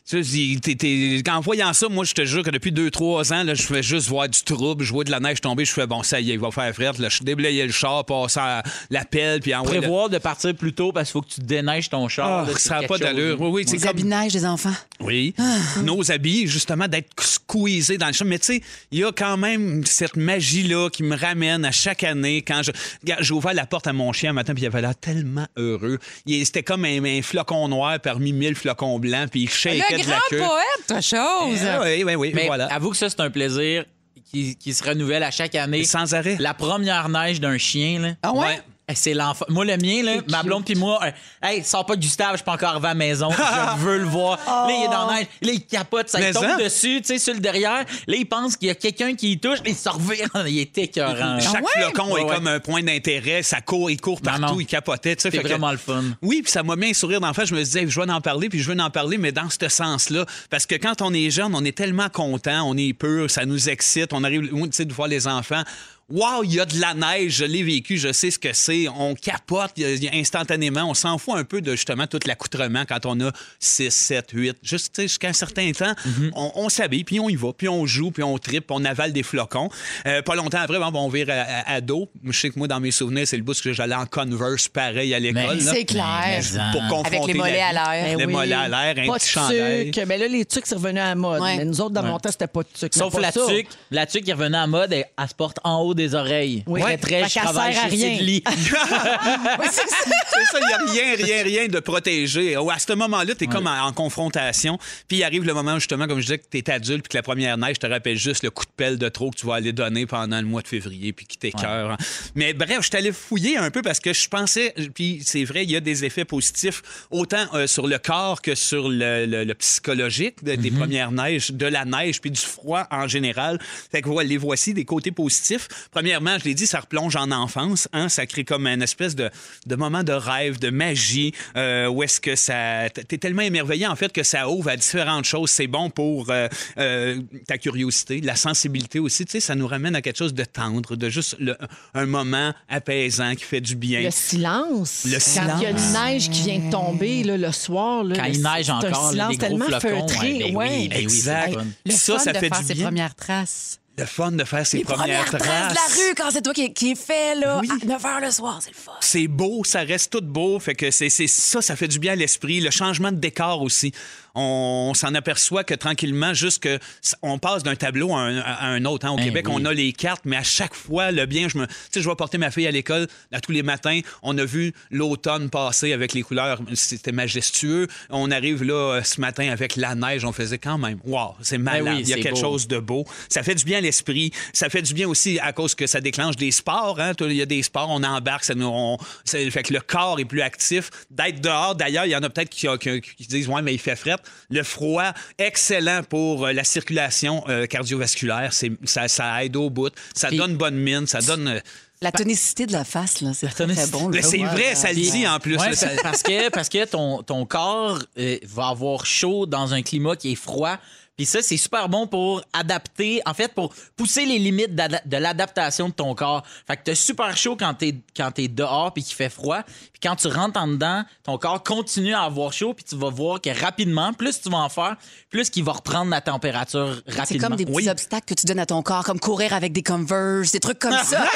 B: tu sais, si t'es- t'es- en voyant ça, moi, je te jure que depuis 2-3 ans, là, je fais juste voir du trouble. Je vois de la neige tomber, je fais bon, ça y est, il va faire frette. Là, je déblayais le char, passais à la pelle, puis envoyer.
E: Prévoir de partir plus tôt parce qu'il faut que tu déneiges ton char. là, c'est
B: ça n'a
E: quelque
B: pas
E: chose.
B: d'allure. Oui, oui, c'est
D: Les
B: comme-
D: habits de neige des enfants.
B: oui.
D: Ah.
B: Nos habits, justement, d'être squeezés dans le champ. Mais tu sais, il y a quand même cette magie-là qui me ramène à chaque année. Quand je. Regarde, J'ai ouvert la porte à mon chien un matin, puis il avait l'air tellement heureux. Il- C'était comme un, un flocon noir parmi mille flocons blancs, puis il shakeait
D: Le
B: de la
D: grand
B: queue.
D: poète, toi, chose.
B: Ah, oui, oui, oui,
E: Mais
B: voilà.
E: avoue que ça, c'est un plaisir qui, qui se renouvelle à chaque année.
B: Sans arrêt.
E: La première neige d'un chien, là.
D: Ah ouais?
E: Eh, C'est l'enfant. Moi, le mien, là, ma blonde puis moi, euh, hey, sors pas de Gustave, je suis pas encore arrivé à la maison. je veux le voir. Là, il est dans la neige. Là, il capote, ça
B: Mais
E: il tombe
B: ça.
E: dessus, tu sais, sur le derrière. Là, il pense qu'il y a quelqu'un qui y touche, il se revire. Il est écœurant. là.
B: Chaque flocon
E: Ah Ouais,
B: est
E: ouais.
B: comme un point d'intérêt. Ça court, il court
E: Non,
B: partout,
E: non.
B: il capotait. tu sais,
E: C'est
B: fait que-
E: vraiment le fun.
B: Oui, puis ça m'a mis un sourire d'enfant. Je me disais, je veux en parler, puis je veux en parler, mais dans ce sens-là. Parce que quand on est jeune, on est tellement content, on est pur, ça nous excite, on arrive, tu sais, de voir les enfants. Wow, il y a de la neige, je l'ai vécu, je sais ce que c'est. On capote il y a- il y a instantanément. On s'en fout un peu de justement tout l'accoutrement quand on a 6, 7, 8. Juste tu sais, jusqu'à un certain temps, on, on s'habille, puis on y va, puis on joue, puis on tripe, puis on avale des flocons. Euh, pas longtemps après, bon, on vire à, à- ado. Je sais que moi, dans mes souvenirs, c'est le bout que j'allais en converse pareil à l'école. là
D: Ben, C'est clair.
B: pour confronter
D: Avec les mollets
B: la
D: à
B: vie.
D: l'air.
C: Ben
B: Les
C: oui.
B: mollets à l'air, un
C: Pas
B: petit
C: de
B: chandail.
C: tuque. Mais là, les tucs, c'est revenu à la mode.
D: Ouais.
C: Mais nous autres, dans mon temps, c'était pas de tucs.
E: Sauf
C: Mais
E: la
C: pas ça.
E: tuque. La tuque qui revenait en mode, elle, elle se porte en haut des oreilles.
C: Oui.
E: Très, très,
C: Fait
E: je
C: qu'elle
E: travaille
C: sert à
E: chez
C: rien.
E: Sidley.
D: Oui, c'est ça.
B: C'est ça, il n'y a rien, rien, rien de protégé. Oh, À ce moment-là, tu es comme en, en confrontation. Puis il arrive le moment, où, justement, comme je disais, que tu es adulte, puis que la première neige te rappelle juste le coup de pelle de trop que tu vas aller donner pendant le mois de février, puis qui t'écœure. Mais bref, je suis allé fouiller un peu parce que je pensais, puis c'est vrai, il y a des effets positifs autant euh, sur le corps que sur le, le- le psychologique de- des premières neiges, de la neige, puis du froid en général. Fait que voilà, les voici des côtés positifs. Premièrement, je l'ai dit, ça replonge en enfance. hein, ça crée comme une espèce de, de moment de rêve, de magie, euh, où est-ce que ça. T'es tellement émerveillé, en fait, que ça ouvre à différentes choses. C'est bon pour euh, euh, ta curiosité, la sensibilité aussi. Tu sais, ça nous ramène à quelque chose de tendre, de juste le- un moment apaisant qui fait du bien.
C: Le silence.
B: Le
C: Quand il y a une
B: silence.
C: neige qui vient de tomber là, le soir. Là,
E: Quand
C: le-
E: il neige
C: c'est un
E: encore, là,
C: silence
E: des gros
C: tellement
E: flocons,
C: feutré.
E: ouais, ben oui,
C: ouais.
E: ben oui,
B: Exact.
E: c'est le fun.
D: Le
B: ça,
D: fun
B: ça
D: de
B: fait
D: faire
B: du
D: ses
B: bien.
D: premières traces.
B: Le fun de faire ses premières,
D: traces de la rue, quand c'est toi qui, qui est fait là,
B: Oui.
D: à 9h le soir, c'est le fun.
B: C'est beau, ça reste tout beau. Fait que c'est c'est- ça, ça fait du bien à l'esprit. Le changement de décor aussi. On, on s'en aperçoit que tranquillement, juste que s- on passe d'un tableau à un, à un autre. hein. Au
E: Ben
B: Québec,
E: oui.
B: on a les cartes, mais à chaque fois, le bien, je me, tu sais, je vais porter ma fille à l'école. Là, tous les matins, on a vu l'automne passer avec les couleurs. C'était majestueux. On arrive là euh, ce matin avec la neige. On faisait quand même. Wow, c'est malade.
E: Ben oui,
B: Ben Il y a
E: c'est
B: quelque
E: beau.
B: chose chose de beau. Ça fait du bien à l'esprit. Ça fait du bien aussi à cause que ça déclenche des sports. hein. Il y a des sports, on embarque, ça nous, on- ça fait que le corps est plus actif. D'être dehors, d'ailleurs, il y en a peut-être qui, qui- qui disent Ouais, mais il fait fret. Le froid, excellent pour euh, la circulation euh, cardiovasculaire. C'est- Ça, ça aide au bout. Ça
E: Puis-
B: donne bonne mine. Ça donne. euh,
D: La tonicité de la face, là, c'est très, très
E: tonicité.
D: bon. là.
B: Mais c'est vrai, ça le dit en plus.
E: Ouais,
B: là, ça-
E: c'est parce que, parce que ton, ton corps euh, va avoir chaud dans un climat qui est froid. Puis ça, c'est super bon pour adapter, en fait, pour pousser les limites d'ada- de l'adaptation de ton corps. Fait que t'as super chaud quand t'es, quand t'es dehors puis qu'il fait froid. Puis quand tu rentres en dedans, ton corps continue à avoir chaud puis tu vas voir que rapidement, plus tu vas en faire, plus qu'il va reprendre la température rapidement.
D: C'est comme des petits
B: Oui.
D: obstacles que tu donnes à ton corps, comme courir avec des Converse, des trucs comme ça.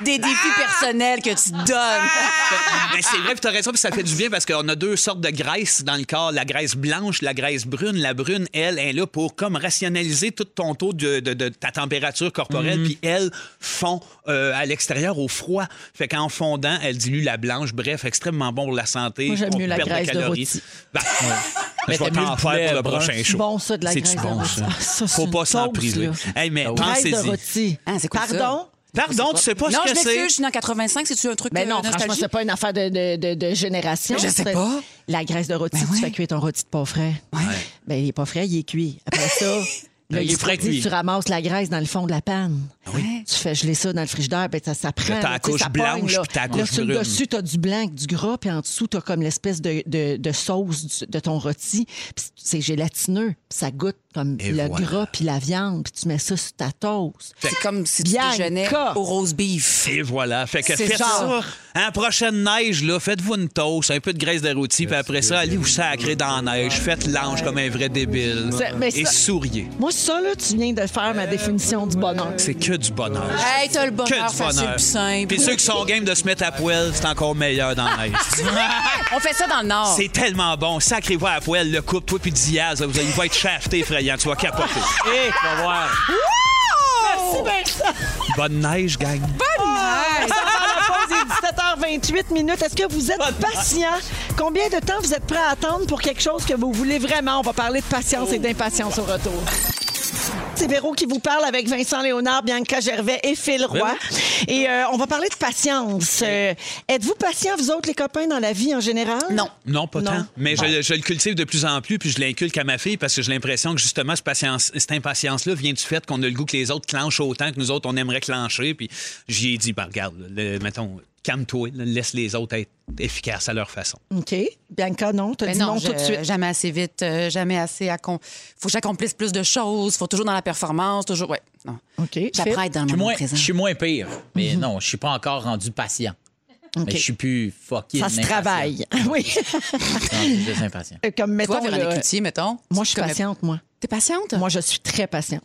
D: des défis personnels que tu te
B: Ah,
D: donnes.
B: Mais Ben, c'est vrai, tu as raison, puis ça fait du bien parce qu'on a deux sortes de graisse dans le corps, la graisse blanche, la graisse brune. La brune, elle, est là pour comme rationaliser tout ton taux de, de- de ta température
E: Mhm.
B: corporelle, puis elle fond euh, à l'extérieur au froid. Fait qu'en fondant, elle dilue la blanche. Bref, extrêmement bon pour la santé.
C: Moi, j'aime
B: pour
C: mieux la
B: perdre
C: graisse de
B: calories.
C: rôti.
B: Ben,
E: Mais
B: je vais
E: t'aimes mieux
B: t'en
E: le
B: faire
E: poulet
B: pour le
E: brun.
B: prochain
C: C'est
B: show.
C: bon, ça, de la
B: C'est-tu
C: graisse
B: bon,
C: de rôti?
B: ça?
C: Ah, ça, c'est
B: Faut
C: une
B: pas s'en
C: sauce,
B: priver.
C: là.
B: Hey, mais
C: Graisse de
B: pensez-y.
C: rôti.
D: Hein, c'est quoi ça?
C: Pardon?
B: Pardon, tu sais pas
D: non,
B: ce
D: je
B: que c'est?
D: m'excuse, je suis née en 85, c'est-tu un truc
C: Ben
D: euh,
C: non, franchement,
D: nostalgie?
C: c'est pas une affaire de, de- de- de génération.
D: Mais je sais
C: C'est-
D: pas.
C: La graisse de rôti,
D: Ben
C: tu
D: ouais.
C: fais cuire ton rôti de pas frais. Ben, il est pas frais, il est cuit. Après ça,
B: Ben,
C: là,
E: Il est
C: il est
E: frais cuit.
C: tu ramasses la graisse dans le fond de la panne.
D: Ouais.
C: Tu fais geler ça dans le frigidaire, ben ça, ça prend.
B: Ah Là, t'as la
C: tu sais,
B: couche
C: ça pogne,
B: blanche,
C: là.
B: puis t'as la
C: Là,
B: couche
C: sur le
B: brune.
C: dessus, t'as du blanc, avec du gras, puis en dessous, t'as comme l'espèce de, de- de sauce du- de ton rôti. Puis c'est gélatineux, puis ça goûte comme
B: Et
C: le
B: voilà.
C: gras puis la viande, puis tu mets ça sur ta toast.
D: C'est comme si tu
C: Bianca.
D: déjeunais au rose beef.
B: Et voilà. Fait que
D: C'est
B: faites
D: genre.
B: ça. En prochaine neige, là, faites-vous une toast, un peu de graisse de rôti, puis après ça, allez vous sacrer dans la neige. Faites l'ange comme un vrai débile.
C: C'est- mais
B: Et
C: ça-
B: souriez.
C: Moi, ça, là, tu viens de faire
B: Euh,
C: ma définition du bonheur.
B: C'est que du bonheur.
D: Hey, t'as le
B: Que
D: bonheur
B: du
D: facile
B: bonheur.
D: plus simple.
B: Puis ceux qui sont game de se mettre à poêle, c'est encore meilleur dans la
D: Ah,
B: neige.
D: On fait ça dans le Nord.
B: C'est tellement bon. Sacrez-vous à poêle, le couple, toi puis Diaz, vous allez vous être shafté effrayant. Tu vas capoter.
E: Hey, Eh, tu vas voir.
B: Bonne neige, gang.
C: Ça va la pause, il est 17h28 minutes. Est-ce que vous êtes patient? Combien de temps vous êtes prêt à attendre pour quelque chose que vous voulez vraiment? On va parler de patience et d'impatience au retour. C'est Véro qui vous parle avec Vincent Léonard, Bianca Gervais et Phil Roy. Et euh, on va parler de patience. Euh, Êtes-vous patient, vous autres, les copains, dans la vie en général?
D: Non.
B: Non, pas
C: Non.
B: tant. Mais je, je le cultive de plus en plus, puis je l'inculque à ma fille parce que j'ai l'impression que justement, ce patience- cette impatience-là vient du fait qu'on a le goût que les autres clenchent autant que nous autres, on aimerait clencher. Puis j'y ai dit, ben, regarde, le- mettons, calme-toi, là, laisse les autres être efficaces à leur façon.
C: OK. Bianca, non. T'as
D: Mais
C: dit non,
D: Ben non, je-
C: tout de suite.
D: jamais assez vite, euh, jamais assez. à con- Faut que j'accomplisse plus de choses, faut toujours dans la performance, toujours. Ouais, non.
C: OK.
D: J'apprends à être dans le
E: Je suis
D: moment
E: moins,
D: présent. Mhm.
E: je suis moins pire. Mais non, je suis pas encore rendu patient. Mais je suis plus fucké.
C: Ça se travaille. Oui.
E: Je suis juste impatient.
C: Comme mettons.
D: Toi, Véronique
C: là,
D: Cloutier, mettons.
C: euh,
D: tu
C: moi, je suis
D: connais-
C: patiente, moi.
D: T'es patiente?
C: Moi, je suis très patiente.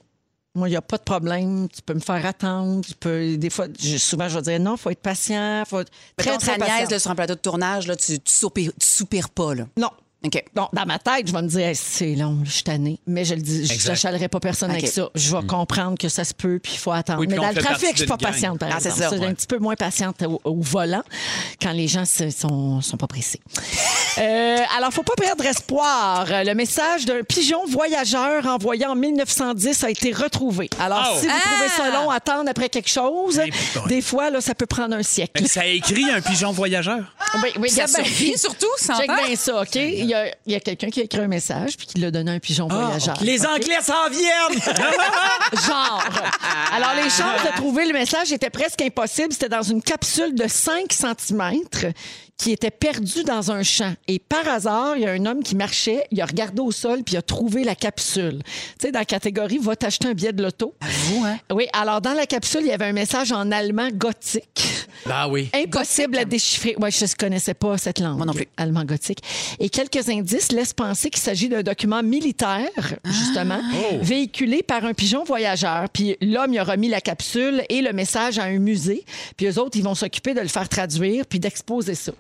C: Moi, il n'y a pas de problème. Tu peux me faire attendre. Tu peux, des fois, je- souvent, je vais dire non, il faut être patient. Faut être très,
D: Mettons,
C: très
D: ta nièce,
C: patient.
D: là, sur un plateau de tournage, là, tu, tu, soupires, tu soupires pas. Là.
C: Non.
D: OK.
C: Bon, dans ma tête, je vais me dire, Hey, c'est long, je suis tannée. Mais je le dis, je
B: Exact. Mm.
C: n'achalerai pas personne
D: OK.
C: avec ça. Je vais comprendre que ça se peut, puis il faut attendre.
B: Oui, puis
C: mais
B: on
C: dans le
B: fait partie
C: trafic, je suis
B: d'une
C: pas
B: gang.
C: patiente, par
D: Ah, c'est
C: exemple.
D: ça,
C: Je suis
D: ouais.
C: un petit peu moins patiente au, au volant quand les gens se- sont, sont pas pressés. Euh, alors, faut pas perdre espoir. Le message d'un pigeon voyageur envoyé en 1910 a été retrouvé. Alors,
B: Oh.
C: si vous trouvez ça long, attendre après quelque chose,
B: Eh, putain.
C: des fois, là, ça peut prendre un siècle.
B: Mais ça écrit un pigeon voyageur.
C: Oui, oui,
D: Ah, Ça
C: Gaston.
D: survit surtout, ça
C: Check bien ça, OK? Il y a, il y a quelqu'un qui a écrit un message puis qui l'a donné à un pigeon voyageur.
E: Les Anglais s'en viennent!
C: Genre. Alors, les chances de trouver le message étaient presque impossibles. C'était dans une capsule de 5 cm qui était perdue dans un champ. Et par hasard, il y a un homme qui marchait, il a regardé au sol puis il a trouvé la capsule. Tu sais, dans la catégorie « Va t'acheter un billet de loto
D: hein? ».
C: Oui, alors dans la capsule, il y avait un message en allemand gothique.
E: Ben oui.
C: Impossible à déchiffrer. Ouais, je ne connaissais pas cette langue.
D: Moi non plus.
C: Allemand gothique. Et quelques indices laissent penser qu'il s'agit d'un document militaire, justement, véhiculé par un pigeon voyageur. Puis l'homme, il a remis la capsule et le message à un musée. Puis eux autres, ils vont s'occuper de le faire traduire puis d'exposer ça.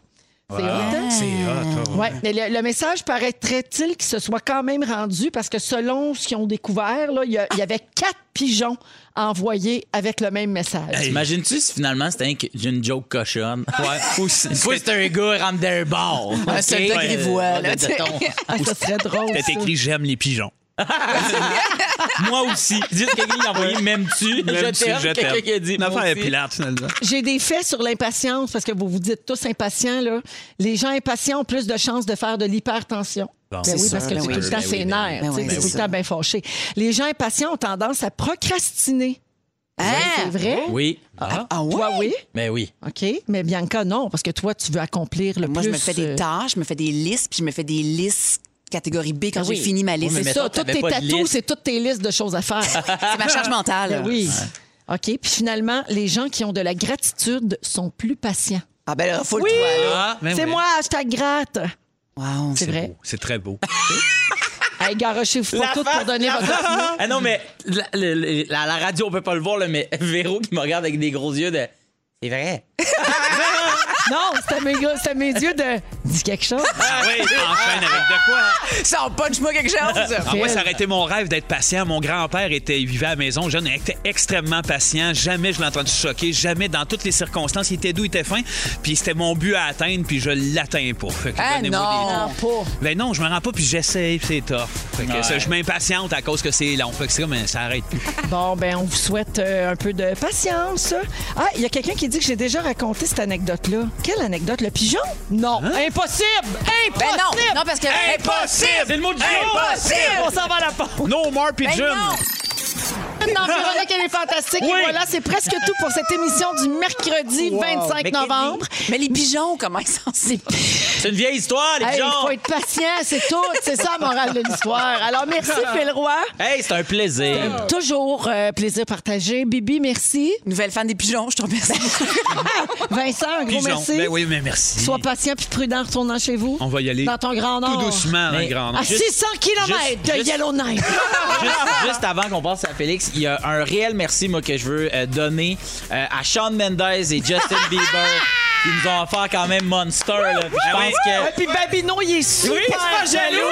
C: C'est hot, hein?
B: C'est hot. oh.
C: Oui, mais le, le message paraîtrait-il qu'il se soit quand même rendu parce que selon ce qu'ils ont découvert, là, il y, a- il y avait quatre pigeons envoyés avec le même message.
E: Imagines-tu si finalement c'était un- une joke cochonne?
B: Ouais. Ou si-
E: Une fois, c'était un gars il rentre d'un bar.
D: Un soldat
E: Ok?
D: grivois,
E: Euh,
D: là,
E: de
D: tu sais.
E: ton-
C: Ah, ça serait drôle.
B: Peut-être
C: ça.
B: écrit J'aime les pigeons.
E: Moi aussi. Dites que quelqu'un qui a envoyé M'aimes-tu?
B: Même si
E: Je t'aime. Quelqu'un qui a dit.
B: Une affaire
E: moi
B: est
E: aussi.
B: pilate, finalement.
C: J'ai des faits sur l'impatience, parce que vous vous dites tous impatients, là. Les gens impatients ont plus de chances de faire de l'hypertension.
B: Bon.
C: Ben oui,
D: sûr,
C: parce que
D: ben
C: c'est
D: oui.
C: tout le temps
E: Ben oui,
C: ses
E: ben
C: nerfs,
D: oui.
C: tu sais,
D: Ben
C: c'est
D: oui,
C: tout
D: c'est
C: le temps bien fâché. Les gens impatients ont tendance à procrastiner. C'est vrai?
E: Oui. Ah.
D: Ah ouais?
C: Toi, oui.
E: Ben oui.
C: OK. Mais Bianca, non, parce que toi, tu veux accomplir le
D: Moi,
C: plus.
D: je me fais des
C: euh,
D: tâches, je me fais des listes, puis je me fais des listes catégorie B quand
C: Ben oui.
D: j'ai fini ma liste.
E: Oui,
C: C'est
E: mais
C: ça,
E: mettons,
C: toutes
E: t'avais
C: tes
E: pas de
C: tatous,
E: liste.
C: c'est toutes tes listes de choses à faire.
D: C'est ma charge mentale.
C: Ben oui. OK. Puis finalement, les gens qui ont de la gratitude sont plus patients.
D: Ah ben là, faut
C: Oui!
D: le toi, là.
B: Ah, ben
C: c'est
B: oui.
C: moi, hashtag gratte.
D: Wow.
C: C'est vrai.
E: Oh,
B: beau. C'est très beau.
C: Hey, garochez-vous pas
E: La
C: toutes
E: face,
C: pour donner
E: la
C: votre
E: face.
C: opinion.
E: Ah non, mais la, le- le- la- la radio, on peut pas le voir, là, mais Véro qui me regarde avec des gros yeux de. C'est vrai.
C: Non, c'était mes, gars- c'était mes yeux de. Dis quelque chose.
B: Ah oui, enchaîne avec de quoi. hein?
D: Ça, on punch-moi quelque chose.
B: Ah, moi, ça aurait été mon rêve d'être patient. Mon grand-père était, il vivait à la maison jeune, il était extrêmement patient. Jamais je l'ai entendu choquer, jamais dans toutes les circonstances. Il était doux, il était fin. Puis c'était mon but à atteindre, puis je l'atteins pas. Fait que
D: Ah,
B: donnez-moi
D: non.
B: des-
C: Pas.
B: Ben non, je me rends pas, puis j'essaye, puis c'est tough. Fait que
E: Ouais.
B: ça, je m'impatiente à cause que c'est long. Fait que c'est comme, ça arrête plus.
C: Bon, ben, on vous souhaite euh, un peu de patience. Ah, il y a quelqu'un qui dit que j'ai déjà raconté cette anecdote-là. Quelle anecdote? Le pigeon? Non.
E: Hein?
C: Impossible! Impossible!
D: Ben non, non, parce que...
E: C'est le mot du jour!
C: Impossible! On s'en va à la pause.
B: No more
D: Ben
B: pigeon!
D: non.
C: Non, Véronique, elle est fantastique. Et voilà, c'est presque tout pour cette émission du mercredi 25
E: Mais
C: novembre.
D: Mais les pigeons, comment ils sont?
E: C'est une vieille histoire, les
C: Hey, Il
E: gens!
C: faut être patient, c'est tout. C'est ça, la morale de l'histoire. Alors, merci, Phil Roy.
E: Hey, c'est un plaisir!
C: Toujours euh, plaisir partagé. Bibi, merci.
D: Nouvelle fan des pigeons, je te remercie.
C: Vincent, un gros
B: Pigeon.
C: Oh, merci.
B: Ben oui, mais merci.
C: Sois patient puis prudent en retournant chez vous.
B: On va y aller
C: Dans ton grand nord.
B: Tout doucement, dans le
E: Mais-
B: grand
C: À
B: nord.
C: 600 km
E: juste-
C: de
E: juste-
C: Yellowknife.
E: juste, juste avant qu'on passe à Félix, il y a un réel merci moi que je veux euh, donner euh, à Sean Mendes et Justin Bieber qui nous ont offert quand même Monster. là. Puis Je pense
C: Ouais,
E: que
C: puis Babino, il est super
E: Oui, c'est pas jaloux.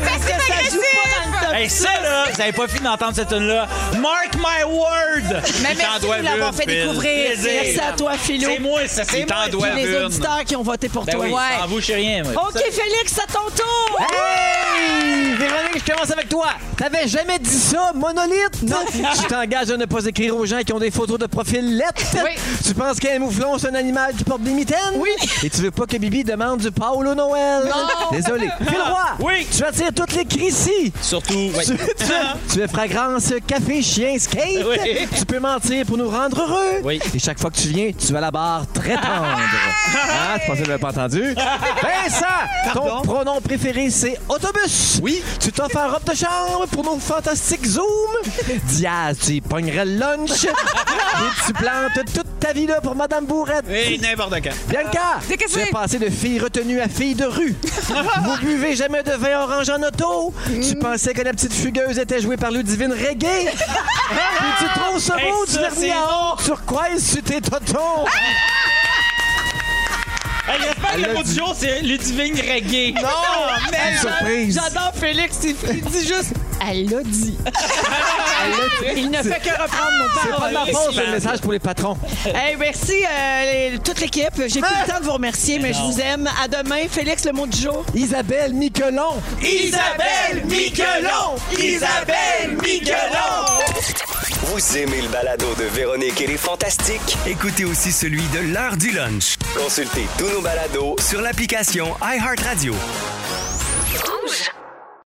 C: Parce que ça joue pas dans le top.
E: Hey, ça là, vous avez pas fini d'entendre cette tune là. Mark my word.
D: Mais
E: Il t'en
D: merci
E: doit
D: de nous l'avoir
E: une,
D: fait
E: Phil.
D: découvrir.
E: Plaisir.
C: Merci à toi, Philo.
E: C'est moi, ça c'est
B: Il t'en
E: moi.
B: doit
C: Puis les
B: une.
C: auditeurs qui ont voté pour
E: Ben
C: toi.
E: oui,
D: Ouais.
E: sans vous, je suis rien. moi.
C: OK, Félix, à ton tour.
B: Ah,
L: Hey! Véronique, je commence avec toi. T'avais jamais dit ça, monolithe? Non. tu t'engages à ne pas écrire aux gens qui ont des photos de profil lettre.
C: Oui.
L: Tu penses qu'un mouflon, c'est un animal qui porte des mitaines? Oui. Et tu veux pas que Bibi demande du Paolo Noël?
C: Non.
L: Désolé. Phil Roy!
E: Oui.
L: Tu attires toutes les crisis.
E: Surtout, ouais.
L: Tu, tu- tu es fragrance café chien skate.
E: Oui.
L: Tu peux mentir pour nous rendre heureux.
E: Oui.
L: Et chaque fois que tu viens, tu as la barre très tendre. hein, tu pensais que je l'avais pas entendu? Vincent, ton pronom préféré, c'est autobus. Oui. Tu t'offres en robe de chambre pour nos fantastiques zooms. Diaz, tu y pognerais le lunch. Et tu plantes toute ta vie là pour Madame Bourrette.
B: Et n'importe quand.
L: Bianca, tu es passé de fille retenue à fille de rue. Vous buvez jamais de vin orange en auto. Tu pensais que la petite fugueuse était jouée par Ludivine Reggae. Puis tu trouves ce
E: Hey,
L: mot
E: ça,
L: du vernis
E: c'est
L: à or turquoise sur tes totons.
E: Hey, j'espère J'espère que le mot du jour, c'est Ludivine Reggae.
B: Non, mais
C: Hey,
B: surprise.
C: J'adore Félix, il, il dit juste Elle l'a dit. Il ne fait que reprendre mon
B: C'est pas de ma faute, c'est le
C: paroles.
B: message pour les patrons.
C: Hey, merci euh, les- toute l'équipe. J'ai plus le temps de vous remercier, mais je vous aime. À demain, Félix, le mot du jour.
B: Isabelle Miquelon.
C: Isabelle Miquelon. Isabelle Miquelon.
L: Vous aimez le balado de Véronique et les Fantastiques?
M: Écoutez aussi celui de l'heure du lunch
L: Consultez tous nos balados
M: sur l'application iHeartRadio.